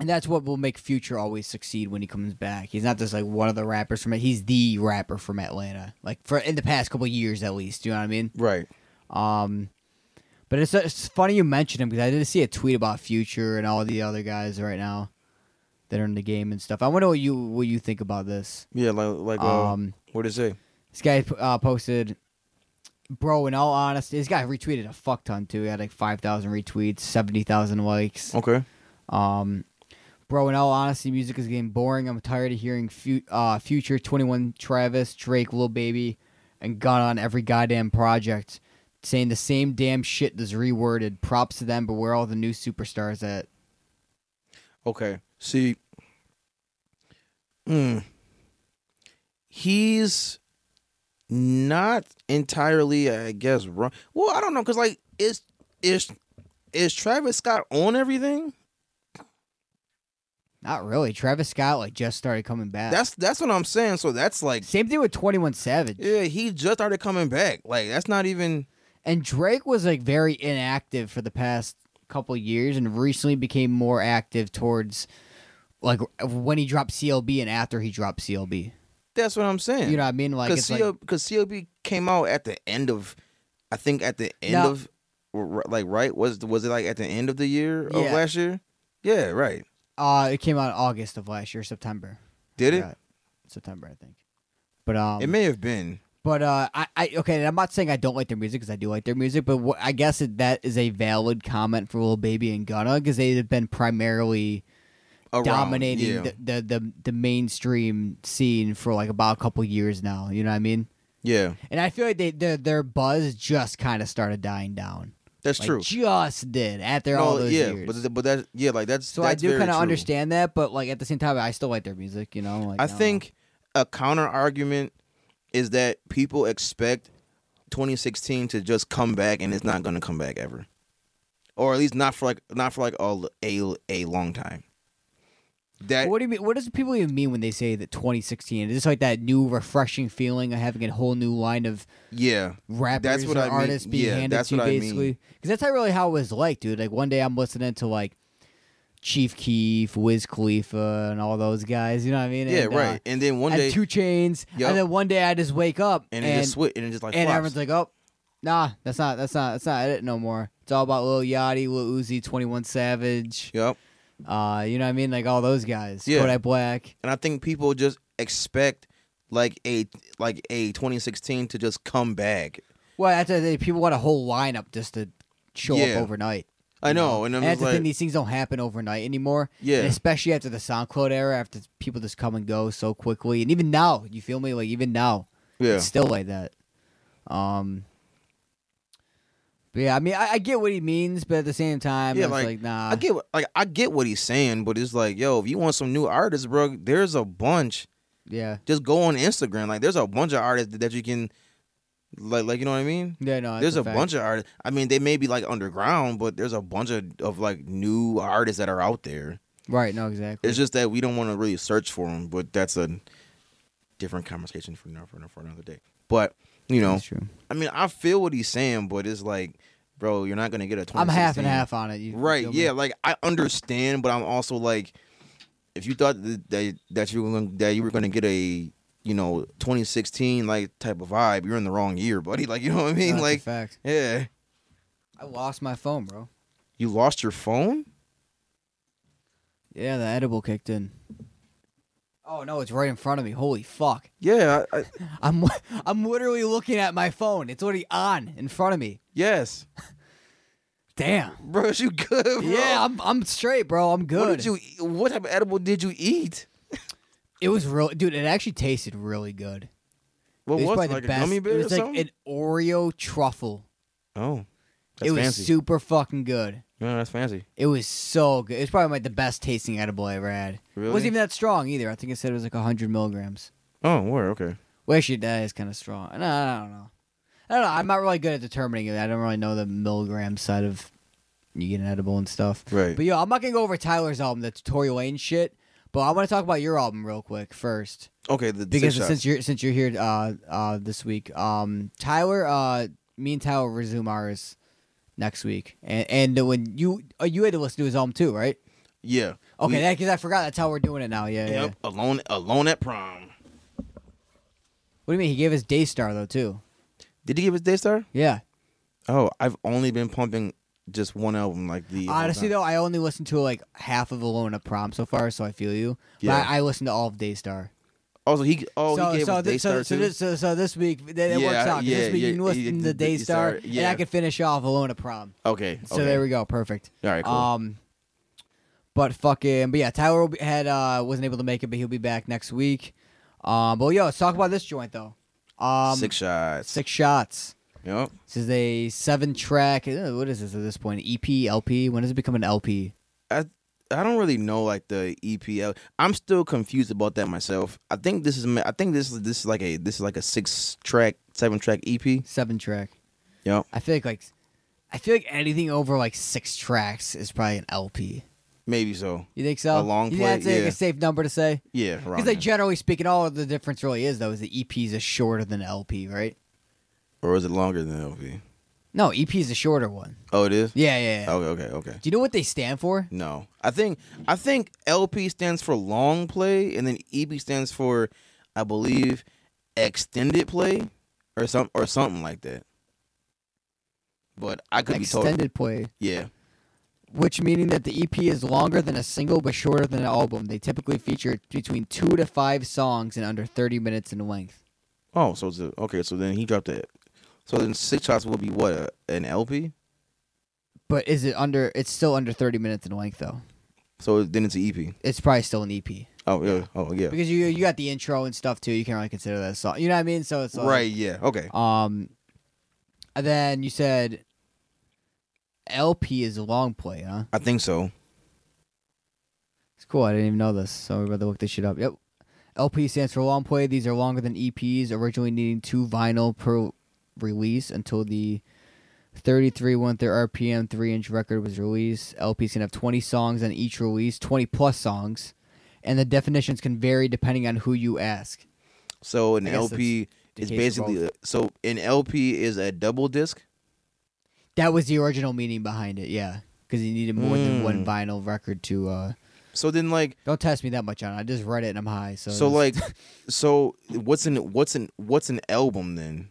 Speaker 2: and that's what will make Future always succeed when he comes back. He's not just like one of the rappers from it. He's the rapper from Atlanta, like for in the past couple years at least. You know what I mean?
Speaker 1: Right.
Speaker 2: Um, but it's, it's funny you mentioned him because I did see a tweet about Future and all the other guys right now that are in the game and stuff. I wonder what you what you think about this.
Speaker 1: Yeah. Like like uh,
Speaker 2: Um,
Speaker 1: what did it say?
Speaker 2: This guy uh, posted, bro. In all honesty, this guy retweeted a fuck ton too. He had like five thousand retweets, seventy thousand likes.
Speaker 1: Okay.
Speaker 2: Um, bro. In all honesty, music is getting boring. I'm tired of hearing fu- uh, Future, Twenty One Travis, Drake, Lil Baby, and Gun on every goddamn project, saying the same damn shit that's reworded. Props to them, but where are all the new superstars at?
Speaker 1: Okay. See, mm, he's not entirely, I guess, wrong. Well, I don't know, cause like, is is is Travis Scott on everything?
Speaker 2: Not really. Travis Scott like just started coming back.
Speaker 1: That's that's what I'm saying. So that's like,
Speaker 2: same thing with Twenty One Savage.
Speaker 1: yeah, he just started coming back. Like, that's not even
Speaker 2: and Drake was like very inactive for the past couple years and recently became more active towards like when he dropped CLB and after he dropped CLB.
Speaker 1: that's what I'm saying.
Speaker 2: You know what I mean? Like
Speaker 1: because
Speaker 2: it's like,
Speaker 1: CLB, cause CLB came out at the end of, I think at the end
Speaker 2: No.
Speaker 1: of, r- like right was was it like at the end of the year of
Speaker 2: Yeah.
Speaker 1: last year? Yeah, right.
Speaker 2: uh it came out in August of last year, September.
Speaker 1: Did it?
Speaker 2: Yeah, September, I think. But um
Speaker 1: It may have been.
Speaker 2: but uh I, I okay, and I'm not saying I don't like their music cuz I do like their music, but wh- I guess it, that is a valid comment for Lil Baby and Gunna cuz they have been primarily
Speaker 1: Around,
Speaker 2: dominating
Speaker 1: Yeah.
Speaker 2: the, the, the the mainstream scene for like about a couple years now. You know what I mean?
Speaker 1: yeah,
Speaker 2: And I feel like they their, their buzz just kind of started dying down.
Speaker 1: that's
Speaker 2: Like,
Speaker 1: true.
Speaker 2: Just did after
Speaker 1: No,
Speaker 2: all those
Speaker 1: yeah,
Speaker 2: years.
Speaker 1: but th- but that yeah, like that's
Speaker 2: so I
Speaker 1: that's
Speaker 2: do
Speaker 1: very
Speaker 2: kind of
Speaker 1: true.
Speaker 2: understand that, but like at the same time, I still like their music. You know, like
Speaker 1: I
Speaker 2: don't
Speaker 1: think a counter argument is that people expect 2016 to just come back, and it's not going to come back ever, or at least not for like not for like a a, a long time.
Speaker 2: know.
Speaker 1: That
Speaker 2: What do you mean? What does people even mean when they say that 2016? Is this like that new refreshing feeling of having a whole new line of
Speaker 1: yeah,
Speaker 2: rappers
Speaker 1: That's what
Speaker 2: or
Speaker 1: I mean.
Speaker 2: artists being
Speaker 1: Yeah,
Speaker 2: handed
Speaker 1: that's
Speaker 2: to
Speaker 1: what I mean.
Speaker 2: basically because that's not really how it was like dude like one day i'm listening to like chief keef wiz khalifa and all those guys you know what i mean
Speaker 1: yeah,
Speaker 2: and, uh,
Speaker 1: right. And then one
Speaker 2: and
Speaker 1: day,
Speaker 2: two chains
Speaker 1: Yup.
Speaker 2: and then one day i just wake up
Speaker 1: and
Speaker 2: and
Speaker 1: it just switch, and it just like
Speaker 2: and
Speaker 1: flops.
Speaker 2: everyone's like oh nah that's not that's not that's not it no more it's all about Lil Yachty, Lil Uzi, 21 Savage,
Speaker 1: yep.
Speaker 2: uh, you know what I mean? Like all those guys.
Speaker 1: Yeah.
Speaker 2: Kodak Black.
Speaker 1: and I think people just expect like a like a 2016 to just come back.
Speaker 2: Well, that's the thing, people want a whole lineup just to show
Speaker 1: Yeah.
Speaker 2: up overnight.
Speaker 1: I know, and I'm
Speaker 2: And that's
Speaker 1: just
Speaker 2: the thing;
Speaker 1: like,
Speaker 2: these things don't happen overnight anymore.
Speaker 1: Yeah.
Speaker 2: and especially after the SoundCloud era, after people just come and go so quickly, and even now, you feel me? Like even now,
Speaker 1: yeah,
Speaker 2: it's still like that. Um, but yeah, I mean, I, I get what he means, but at the same time,
Speaker 1: Yeah,
Speaker 2: it's
Speaker 1: like,
Speaker 2: like, nah,
Speaker 1: I get what- like I get what he's saying, but it's like, yo, if you want some new artists, bro, there's a bunch.
Speaker 2: yeah,
Speaker 1: Just go on Instagram. Like, there's a bunch of artists that you can, like, like you know what I mean.
Speaker 2: yeah, no, that's
Speaker 1: there's a
Speaker 2: fact.
Speaker 1: bunch of artists. I mean, they may be like underground, but there's a bunch of, of like new artists that are out there.
Speaker 2: right? No, exactly.
Speaker 1: It's just that we don't want to really search for them, but that's a different conversation for another, for another day. But you know,
Speaker 2: That's true.
Speaker 1: I mean, I feel what he's saying, but it's like, bro, you're not gonna get a.
Speaker 2: I'm half
Speaker 1: 2016.
Speaker 2: and half on it. You, you
Speaker 1: Right?
Speaker 2: feel me?
Speaker 1: Yeah. Like I understand, but I'm also like, if you thought that that, that you were gonna, that you were gonna get a you know 2016 like type of vibe, you're in the wrong year, buddy. Like you know what I
Speaker 2: No,
Speaker 1: mean?
Speaker 2: that's a [LAUGHS]
Speaker 1: like
Speaker 2: fact.
Speaker 1: yeah,
Speaker 2: I lost my phone, bro.
Speaker 1: you lost your phone.
Speaker 2: Yeah, the edible kicked in. Oh no, it's right in front of me. Holy fuck!
Speaker 1: Yeah. I, I,
Speaker 2: I'm [LAUGHS] I'm literally looking at my phone. It's already on in front of me.
Speaker 1: yes,
Speaker 2: Damn.
Speaker 1: [LAUGHS] bro. You good? Bro?
Speaker 2: Yeah, I'm I'm straight, bro. I'm good.
Speaker 1: What did you? eat- What type of edible did you eat?
Speaker 2: It was real, dude. It actually tasted really good.
Speaker 1: What
Speaker 2: it
Speaker 1: was,
Speaker 2: was, probably
Speaker 1: it, like
Speaker 2: the
Speaker 1: a
Speaker 2: best.
Speaker 1: gummy bear
Speaker 2: it
Speaker 1: or
Speaker 2: was like
Speaker 1: something?
Speaker 2: an Oreo truffle.
Speaker 1: oh, that's
Speaker 2: it was
Speaker 1: fancy.
Speaker 2: super fucking good.
Speaker 1: yeah, that's fancy.
Speaker 2: It was so good. It was probably like the best tasting edible I ever had. It
Speaker 1: Really?
Speaker 2: wasn't even that strong either. I think it said it was like hundred milligrams.
Speaker 1: Oh, where? Okay.
Speaker 2: Well, actually, that is kind of strong. No, I don't know. I don't know. I'm not really good at determining it. I don't really know the milligram side of you get an edible and stuff.
Speaker 1: Right.
Speaker 2: But yo, I'm not gonna go over Tyler's album, the Tory Lane shit. But I want to talk about your album real quick first,
Speaker 1: Okay. The
Speaker 2: because
Speaker 1: six
Speaker 2: since
Speaker 1: shots.
Speaker 2: you're since you're here uh, uh, this week, um, Tyler, uh, me and Tyler resume ours next week, and and when you uh, you had to listen to his album too, right?
Speaker 1: yeah.
Speaker 2: Okay,
Speaker 1: We-
Speaker 2: that because I forgot that's how we're doing it now. Yeah, yeah. yeah.
Speaker 1: Yep. Alone. Alone at prom.
Speaker 2: What do you mean? He gave us Daystar though too.
Speaker 1: Did he give us Daystar?
Speaker 2: Yeah.
Speaker 1: Oh, I've only been pumping just one album, like the whole
Speaker 2: Honestly,
Speaker 1: time.
Speaker 2: Ah, though, I only listened to like half of Alone at Prom so far, so I feel you.
Speaker 1: Yeah.
Speaker 2: But I, I listened to all of Daystar.
Speaker 1: Also, he oh
Speaker 2: so,
Speaker 1: he gave
Speaker 2: so,
Speaker 1: us
Speaker 2: thi- so,
Speaker 1: Daystar
Speaker 2: so,
Speaker 1: too.
Speaker 2: this, so, so this week, th- that
Speaker 1: Yeah,
Speaker 2: works out. 'cause
Speaker 1: yeah,
Speaker 2: this week
Speaker 1: yeah,
Speaker 2: you can listen
Speaker 1: yeah,
Speaker 2: to
Speaker 1: the Daystar,
Speaker 2: Daystar, and I
Speaker 1: yeah.
Speaker 2: can finish off Alone at Prom.
Speaker 1: okay.
Speaker 2: So
Speaker 1: okay.
Speaker 2: there we go. Perfect.
Speaker 1: All right. Cool.
Speaker 2: Um, but fucking, but yeah, Tyler will be- had uh wasn't able to make it, but he'll be back next week. Um, but yo, let's talk about this joint though. Um,
Speaker 1: six shots.
Speaker 2: six shots.
Speaker 1: Yep.
Speaker 2: This is a seven track. uh, What is this at this point? EP, LP. When does it become an LP?
Speaker 1: I don't really know like the EPL. I'm still confused about that myself. I think this is ma- I think this is this is like a this is like a six track, seven track E EP.
Speaker 2: seven track.
Speaker 1: Yep.
Speaker 2: I feel like like I feel like anything over like six tracks is probably an LP.
Speaker 1: Maybe so.
Speaker 2: You think so?
Speaker 1: A long
Speaker 2: you
Speaker 1: play,
Speaker 2: think that's like
Speaker 1: yeah.
Speaker 2: a safe number to say.
Speaker 1: Yeah.
Speaker 2: Because
Speaker 1: Around
Speaker 2: like
Speaker 1: there.
Speaker 2: generally speaking, all the difference really is though is the EPs is shorter than LP, right?
Speaker 1: or is it longer than LP?
Speaker 2: No, EP is a shorter one.
Speaker 1: Oh, it is.
Speaker 2: Yeah, yeah. yeah.
Speaker 1: Okay. Okay. Okay.
Speaker 2: Do you know what they stand for?
Speaker 1: No, I think I think LP stands for long play, and then EP stands for, I believe, extended play, or some or something like that. But I could be told.
Speaker 2: Extended play,
Speaker 1: Yeah.
Speaker 2: which meaning that the EP is longer than a single but shorter than an album. They typically feature between two to five songs and under thirty minutes in length.
Speaker 1: Oh, so it's a, okay. So then he dropped it. So then six shots will be what a, an LP.
Speaker 2: But is it under? It's still under thirty minutes in length though.
Speaker 1: So then it's an EP.
Speaker 2: It's probably still an EP.
Speaker 1: Oh yeah. Oh yeah.
Speaker 2: because you you got the intro and stuff too. You can't really consider that a song. You know what I mean? So it's like,
Speaker 1: Right. Yeah. Okay.
Speaker 2: Um, and then you said LP is a long play, huh?
Speaker 1: I think so.
Speaker 2: It's cool. I didn't even know this, so we better look this shit up. Yep. LP stands for long play. These are longer than EPs, originally needing two vinyl per release until the 33 went their RPM 3 inch record was released. LPs can have 20 songs on each release, 20 plus songs, and the definitions can vary depending on who you ask.
Speaker 1: So an
Speaker 2: I guess
Speaker 1: LP
Speaker 2: the
Speaker 1: is
Speaker 2: case for
Speaker 1: basically a, so an LP is a double disc.
Speaker 2: That was the original meaning behind it, yeah. Because you needed more than one
Speaker 1: Mm.
Speaker 2: vinyl record to. uh
Speaker 1: So then like
Speaker 2: Don't test me that much on it. I just read it and I'm high. So,
Speaker 1: So
Speaker 2: it's-
Speaker 1: like, so what's an what's an what's an album then?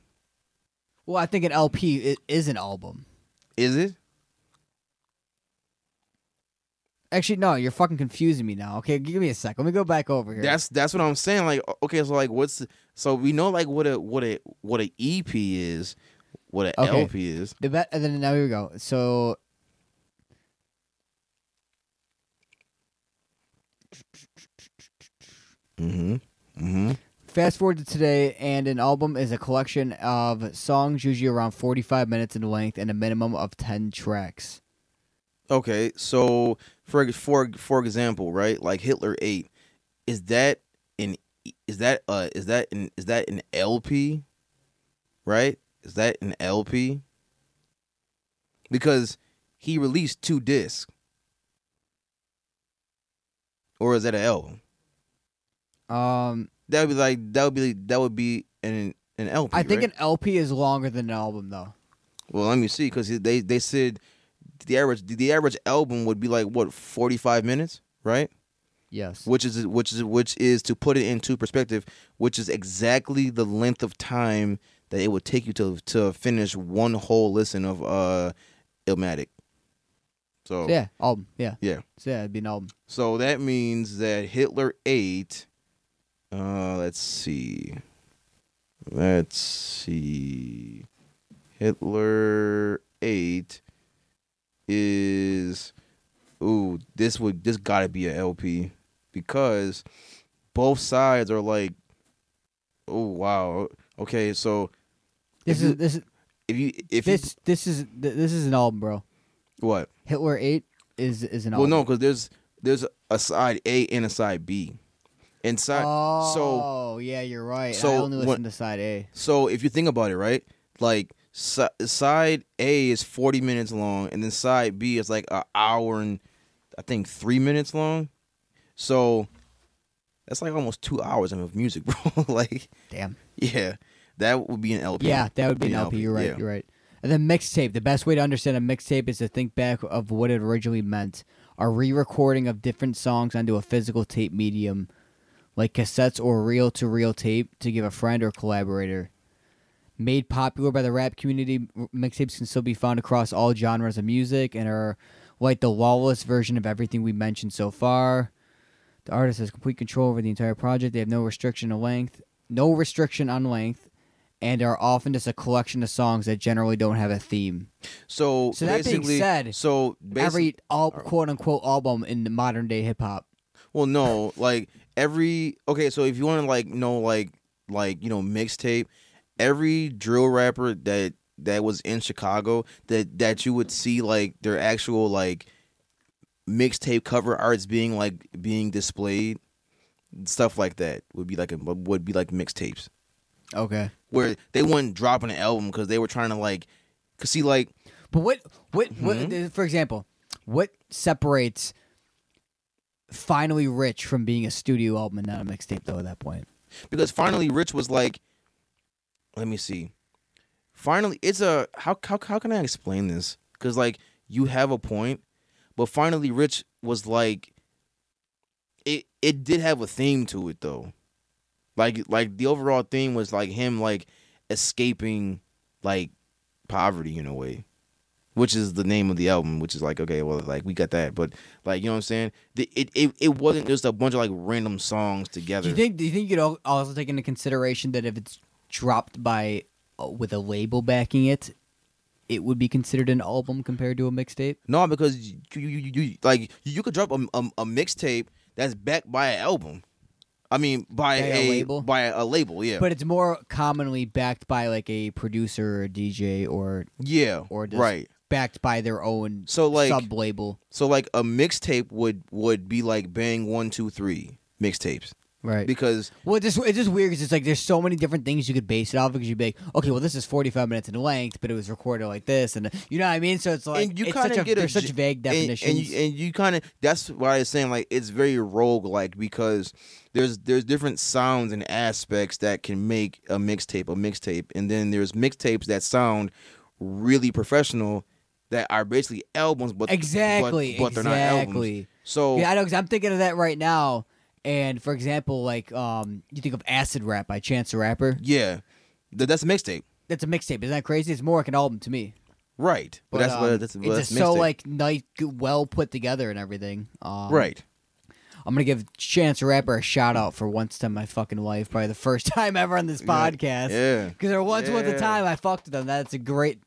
Speaker 2: well, I think an LP it is an album.
Speaker 1: Is it?
Speaker 2: Actually, no, you're fucking confusing me now. Okay, give me a sec. Let me go back over here.
Speaker 1: That's that's what I'm saying. Like, o- okay, so like, what's so we know like what a what a what a EP is, what a
Speaker 2: Okay.
Speaker 1: LP is.
Speaker 2: the bet. And then now here we go. So
Speaker 1: Mm-hmm. Mm-hmm.
Speaker 2: Fast forward to today, and an album is a collection of songs usually around 45 minutes in length and a minimum of 10 tracks.
Speaker 1: Okay, so for for for example, right, like Hitler Eight, is that an is that uh is that an is that an LP, right? Is that an LP? Because he released two discs, or is that an album?
Speaker 2: Um,
Speaker 1: That would be like that would be that would be an an LP.
Speaker 2: I think
Speaker 1: right?
Speaker 2: an LP is longer than an album, though.
Speaker 1: Well, let me see, because they they said the average the average album would be like what forty five minutes, right?
Speaker 2: Yes.
Speaker 1: Which is which is which is to put it into perspective, which is exactly the length of time that it would take you to to finish one whole listen of uh Illmatic. So
Speaker 2: So, yeah, album. Yeah.
Speaker 1: Yeah.
Speaker 2: So, yeah, it'd be an album.
Speaker 1: so that means that Hitler eight. Uh, let's see. Let's see. Hitler eight is. Ooh, this would this gotta be a LP because both sides are like. Oh wow. Okay, so
Speaker 2: This
Speaker 1: you-
Speaker 2: is this is
Speaker 1: if you if you,
Speaker 2: this this is th- this is an album, bro.
Speaker 1: what?
Speaker 2: Hitler Eight is is an
Speaker 1: Well,
Speaker 2: album.
Speaker 1: no, because there's there's a side A and a side B, and side
Speaker 2: Oh,
Speaker 1: so
Speaker 2: yeah, you're right. I
Speaker 1: so
Speaker 2: only
Speaker 1: when-
Speaker 2: listened to side A.
Speaker 1: So if you think about it, right? Like si- side A is 40 minutes long and then side B is like an hour and I think 3 minutes long. So that's like almost 2 hours of music, [LAUGHS] bro. like
Speaker 2: Damn.
Speaker 1: yeah, that would be an LP.
Speaker 2: Yeah, that would be an
Speaker 1: Yeah,
Speaker 2: LP.
Speaker 1: LP,
Speaker 2: You're right.
Speaker 1: yeah.
Speaker 2: You're right. And then mixtape. The best way to understand a mixtape is to think back of what it originally meant. A re-recording of different songs onto a physical tape medium, like cassettes or reel-to-reel tape, to give a friend or collaborator. Made popular by the rap community, r- mixtapes can still be found across all genres of music and are like the lawless version of everything we mentioned so far. The artist has complete control over the entire project. They have no restriction on length, no restriction on length, and are often just a collection of songs that generally don't have a theme.
Speaker 1: So,
Speaker 2: So that being
Speaker 1: basically-
Speaker 2: said,
Speaker 1: so basically,
Speaker 2: Every all quote unquote album in the modern day hip hop.
Speaker 1: Well, no, like every okay. So if you want to like know like like you know mixtape, every drill rapper that that was in Chicago that that you would see like their actual like mixtape cover arts being like being displayed, stuff like that would be like a, would be like mixtapes
Speaker 2: Okay.
Speaker 1: where they wouldn't drop an album because they were trying to like, cause see like
Speaker 2: But what what what for example, what separates Finally Rich from being a studio album and not a mixtape though at that point?
Speaker 1: because finally Rich was like, let me see. Finally, it's a how how how can I explain this? Because like you have a point, but finally Rich was like, it it did have a theme to it though, like like the overall theme was like him like escaping like poverty in a way. Which is the name of the album, which is like okay, well, like we got that, but like you know what I'm saying. The, it, it it wasn't just a bunch of like random songs together.
Speaker 2: Do you think do you think you could al- also take into consideration that if it's dropped by uh, with a label backing it, it would be considered an album compared to a mixtape?
Speaker 1: No, because you, you, you, you like you could drop a, a, a mixtape that's backed by an album. I mean, by
Speaker 2: By
Speaker 1: a,
Speaker 2: a label?
Speaker 1: by a label, yeah,
Speaker 2: But it's more commonly backed by like a producer or a DJ or
Speaker 1: yeah,
Speaker 2: or just
Speaker 1: right.
Speaker 2: backed by their own
Speaker 1: So like,
Speaker 2: sub label.
Speaker 1: so like a mixtape would would be like bang one two three mixtapes
Speaker 2: Right.
Speaker 1: because
Speaker 2: well, it's just, it's just weird because it's like there's so many different things you could base it off because you'd be like, okay, well, this is 45 minutes in length, but it was recorded like this. And you know what I mean? So it's like,
Speaker 1: and you
Speaker 2: it's
Speaker 1: kind
Speaker 2: such a,
Speaker 1: of get a
Speaker 2: there's such
Speaker 1: j-
Speaker 2: vague
Speaker 1: and-
Speaker 2: definitions.
Speaker 1: and, you, and you kind of that's why I was saying like it's very rogue like because there's there's different sounds and aspects that can make a mixtape a mixtape, and then there's mixtapes that sound really professional that are basically albums, but but-
Speaker 2: exactly.
Speaker 1: but, they're not
Speaker 2: exactly.
Speaker 1: albums. Oh. So
Speaker 2: Yeah, I know because I'm thinking of that right now. And for example, like um, you think of Acid Rap by Chance the Rapper.
Speaker 1: yeah, th- that's a mixtape,
Speaker 2: That's a mixtape. Isn't that crazy? It's more like an album to me.
Speaker 1: right? But, that's
Speaker 2: um,
Speaker 1: what that's,
Speaker 2: it's
Speaker 1: what that's
Speaker 2: just so
Speaker 1: mixtape.
Speaker 2: like nice, well put together and everything. Um,
Speaker 1: right.
Speaker 2: I'm gonna give Chance the Rapper a shout out for once time in my fucking life, probably the first [LAUGHS] time ever on this podcast.
Speaker 1: Yeah.
Speaker 2: Because there once was a
Speaker 1: Yeah.
Speaker 2: time I fucked with them. That's a great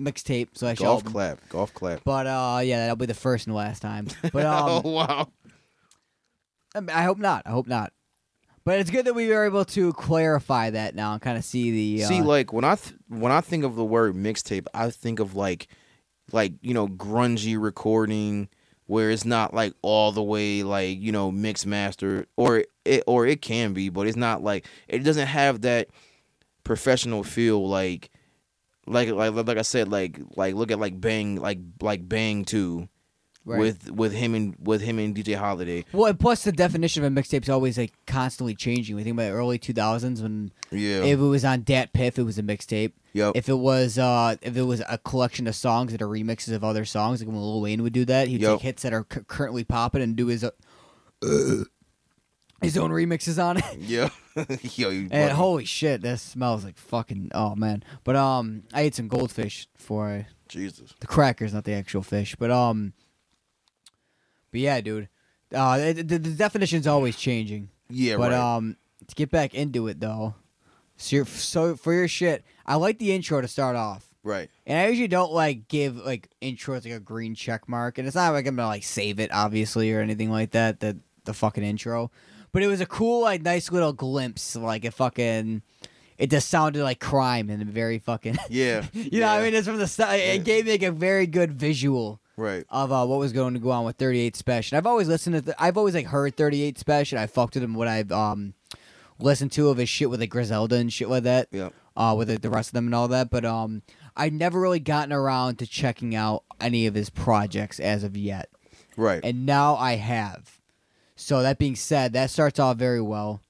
Speaker 2: mixtape. So I
Speaker 1: Golf
Speaker 2: should.
Speaker 1: clap, golf clap. [LAUGHS]
Speaker 2: But uh, yeah, that'll be the first and last time. But um,
Speaker 1: oh wow.
Speaker 2: I, mean, I hope not. I hope not. But it's good that we were able to clarify that now and kind of see the. Uh,
Speaker 1: See, like when I th- when I think of the word mixtape, I think of like like you know grungy recording where it's not like all the way like you know mixed master or it or it can be, but it's not like it doesn't have that professional feel like like like like I said like like look at like Bang like like Bang Two
Speaker 2: right.
Speaker 1: with with him and with him and DJ Holiday.
Speaker 2: Well, and plus the definition of a mixtape is always like constantly changing. We think about the early two thousands when
Speaker 1: Yeah.
Speaker 2: if it was on Dat Piff, it was a mixtape.
Speaker 1: yep.
Speaker 2: If it was uh, if it was a collection of songs that are remixes of other songs, like when Lil Wayne would do that, he'd
Speaker 1: Yup.
Speaker 2: take hits that are cu- currently popping and do his uh, his own remixes
Speaker 1: [LAUGHS]
Speaker 2: on it.
Speaker 1: [LAUGHS] yeah. Yo, you
Speaker 2: And
Speaker 1: funny.
Speaker 2: holy shit, that smells like fucking oh man. But um, I ate some goldfish for
Speaker 1: Jesus.
Speaker 2: the crackers, not the actual fish. But um, but yeah, dude, uh, the, the, the definition's always changing.
Speaker 1: Yeah,
Speaker 2: but
Speaker 1: right.
Speaker 2: um, to get back into it though, so, your so for your shit, I like the intro to start off.
Speaker 1: right.
Speaker 2: And I usually don't like give like intros like a green check mark, and it's not like I'm gonna like save it obviously or anything like that. The the fucking intro, but it was a cool like nice little glimpse. Like it fucking, it just sounded like crime and very fucking. [LAUGHS]
Speaker 1: Yeah.
Speaker 2: You know, what I
Speaker 1: yeah,
Speaker 2: mean, it's from the st-
Speaker 1: Yeah.
Speaker 2: it gave me like a very good visual
Speaker 1: Right.
Speaker 2: of uh, what was going to go on with 38 Special. And I've always listened to, th- I've always like heard 38 Special. I fucked with him when I've um listened to of his shit with like Griselda and shit like that.
Speaker 1: Yep.
Speaker 2: Uh, with like, the rest of them and all that, but um, I'd never really gotten around to checking out any of his projects as of yet,
Speaker 1: Right.
Speaker 2: and now I have. So that being said, that starts off very well.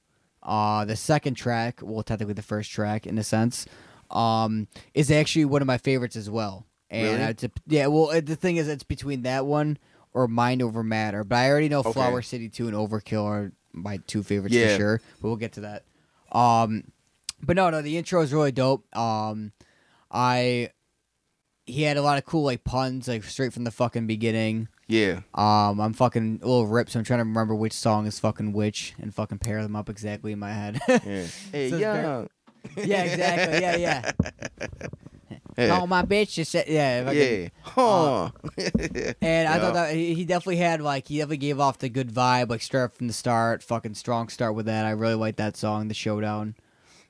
Speaker 2: Uh, the second track, well, technically the first track in a sense, um, is actually one of my favorites as well. And
Speaker 1: Really?
Speaker 2: I- it's a- yeah, well, it, the thing is, it's between that one or Mind Over Matter. But I already know
Speaker 1: Okay.
Speaker 2: Flower City Two and Overkill are my two favorites
Speaker 1: Yeah.
Speaker 2: for sure. But we'll get to that. Um, but no, no, the intro is really dope. Um, I he had a lot of cool like puns like straight from the fucking beginning.
Speaker 1: yeah.
Speaker 2: Um, I'm fucking a little ripped, so I'm trying to remember which song is fucking which and fucking pair them up exactly in my head. [LAUGHS]
Speaker 1: Yeah. Hey,
Speaker 2: So it's
Speaker 1: yeah.
Speaker 2: yeah, exactly. Yeah, yeah.
Speaker 1: [LAUGHS] Yeah.
Speaker 2: Call my bitch. Just said, yeah, Uh, fucking-
Speaker 1: yeah. Huh.
Speaker 2: And I
Speaker 1: Yeah.
Speaker 2: thought that he he definitely had like he definitely gave off the good vibe, like start from the start, fucking strong start with that. I really like that song, the showdown.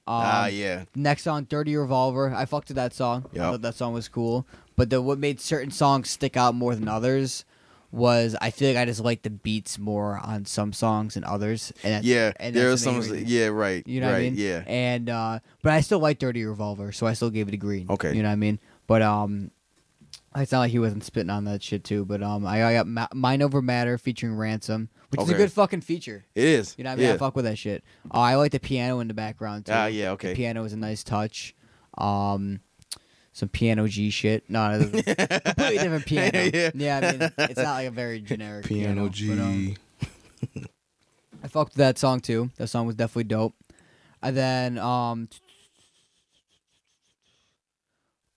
Speaker 2: Um,
Speaker 1: Ah, yeah.
Speaker 2: Next song, Dirty Revolver. I fucked with that song. I
Speaker 1: Yep.
Speaker 2: thought that song was cool. But the, what made certain songs stick out more than others was I feel like I just like the beats more on some songs than others. And that's-
Speaker 1: Yeah.
Speaker 2: and
Speaker 1: there are
Speaker 2: that's the
Speaker 1: some.
Speaker 2: main reason.
Speaker 1: Yeah. Right.
Speaker 2: You know
Speaker 1: right.
Speaker 2: what I mean?
Speaker 1: Yeah.
Speaker 2: And uh, but I still like Dirty Revolver, so I still gave it a green.
Speaker 1: Okay.
Speaker 2: You know what I mean? But um, it's not like he wasn't spitting on that shit too. But um, I, I got Ma- Mind Over Matter featuring Ransom, which is a
Speaker 1: Okay.
Speaker 2: good fucking feature.
Speaker 1: It is.
Speaker 2: You know what I mean?
Speaker 1: Yeah.
Speaker 2: I fuck with that shit. Uh, I like the piano in the background too.
Speaker 1: Ah, yeah. Okay. [LAUGHS]
Speaker 2: The piano is a nice touch. Um, some piano G shit. No,
Speaker 1: [LAUGHS]
Speaker 2: it's a completely different piano.
Speaker 1: Yeah.
Speaker 2: I mean, it's not like a very generic piano.
Speaker 1: Piano
Speaker 2: but, um, I fucked with that song too. That song was definitely dope. And then, um,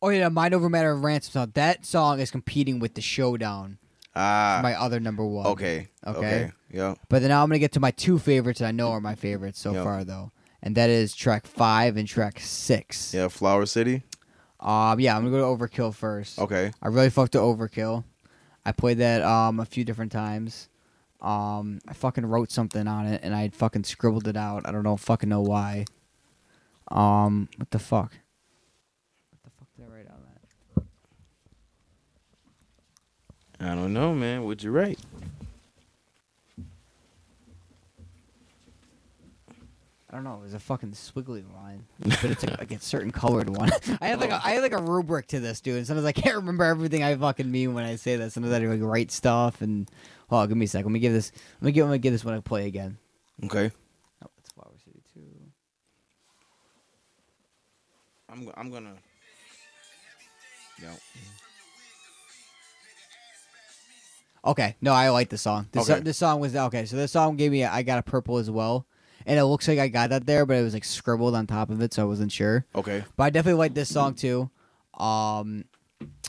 Speaker 2: oh yeah, Mind Over Matter of Ransom song. That song is competing with the Showdown,
Speaker 1: Ah.
Speaker 2: my other number one.
Speaker 1: okay.
Speaker 2: Okay.
Speaker 1: Okay. Yeah.
Speaker 2: But then now I'm gonna get to my two favorites that I know are my favorites so
Speaker 1: Yep.
Speaker 2: far though, and that is track five and track six.
Speaker 1: Yeah. Flower City.
Speaker 2: Um, yeah, I'm gonna go to Overkill first.
Speaker 1: Okay.
Speaker 2: I really fucked with Overkill. I played that um a few different times. Um, I fucking wrote something on it and I fucking scribbled it out. I don't know fucking know why. Um, what the fuck? What the fuck did I write on that?
Speaker 1: I don't know, man. What'd you write?
Speaker 2: I don't know. It was a fucking squiggly line, but it's like, like a certain colored one. [LAUGHS] I had like a, I had like a rubric to this, dude. And sometimes I can't remember everything I fucking mean when I say that. Sometimes I like write stuff and oh, give me a sec. Let me give this. Let me give. Let me give this one a play again.
Speaker 1: Okay.
Speaker 2: Oh, it's Flower City too.
Speaker 1: I'm. I'm gonna. Yeah.
Speaker 2: Okay, no, I like the song. This,
Speaker 1: Okay.
Speaker 2: this song was okay. So this song gave me a, I got a purple as well, and it looks like I got that there, but it was like scribbled on top of it, so I wasn't sure.
Speaker 1: Okay.
Speaker 2: But I definitely like this song too. Um,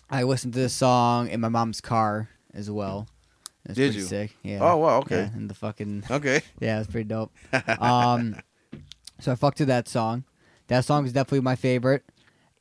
Speaker 2: I listened to this song in my mom's car as well. It's
Speaker 1: Did
Speaker 2: pretty
Speaker 1: you?
Speaker 2: Sick. Yeah.
Speaker 1: Oh, wow, okay.
Speaker 2: Yeah, and
Speaker 1: [LAUGHS]
Speaker 2: the fucking
Speaker 1: Okay.
Speaker 2: yeah, it's
Speaker 1: [LAUGHS]
Speaker 2: pretty dope. Um, so I fucked to that song. That song is definitely my favorite,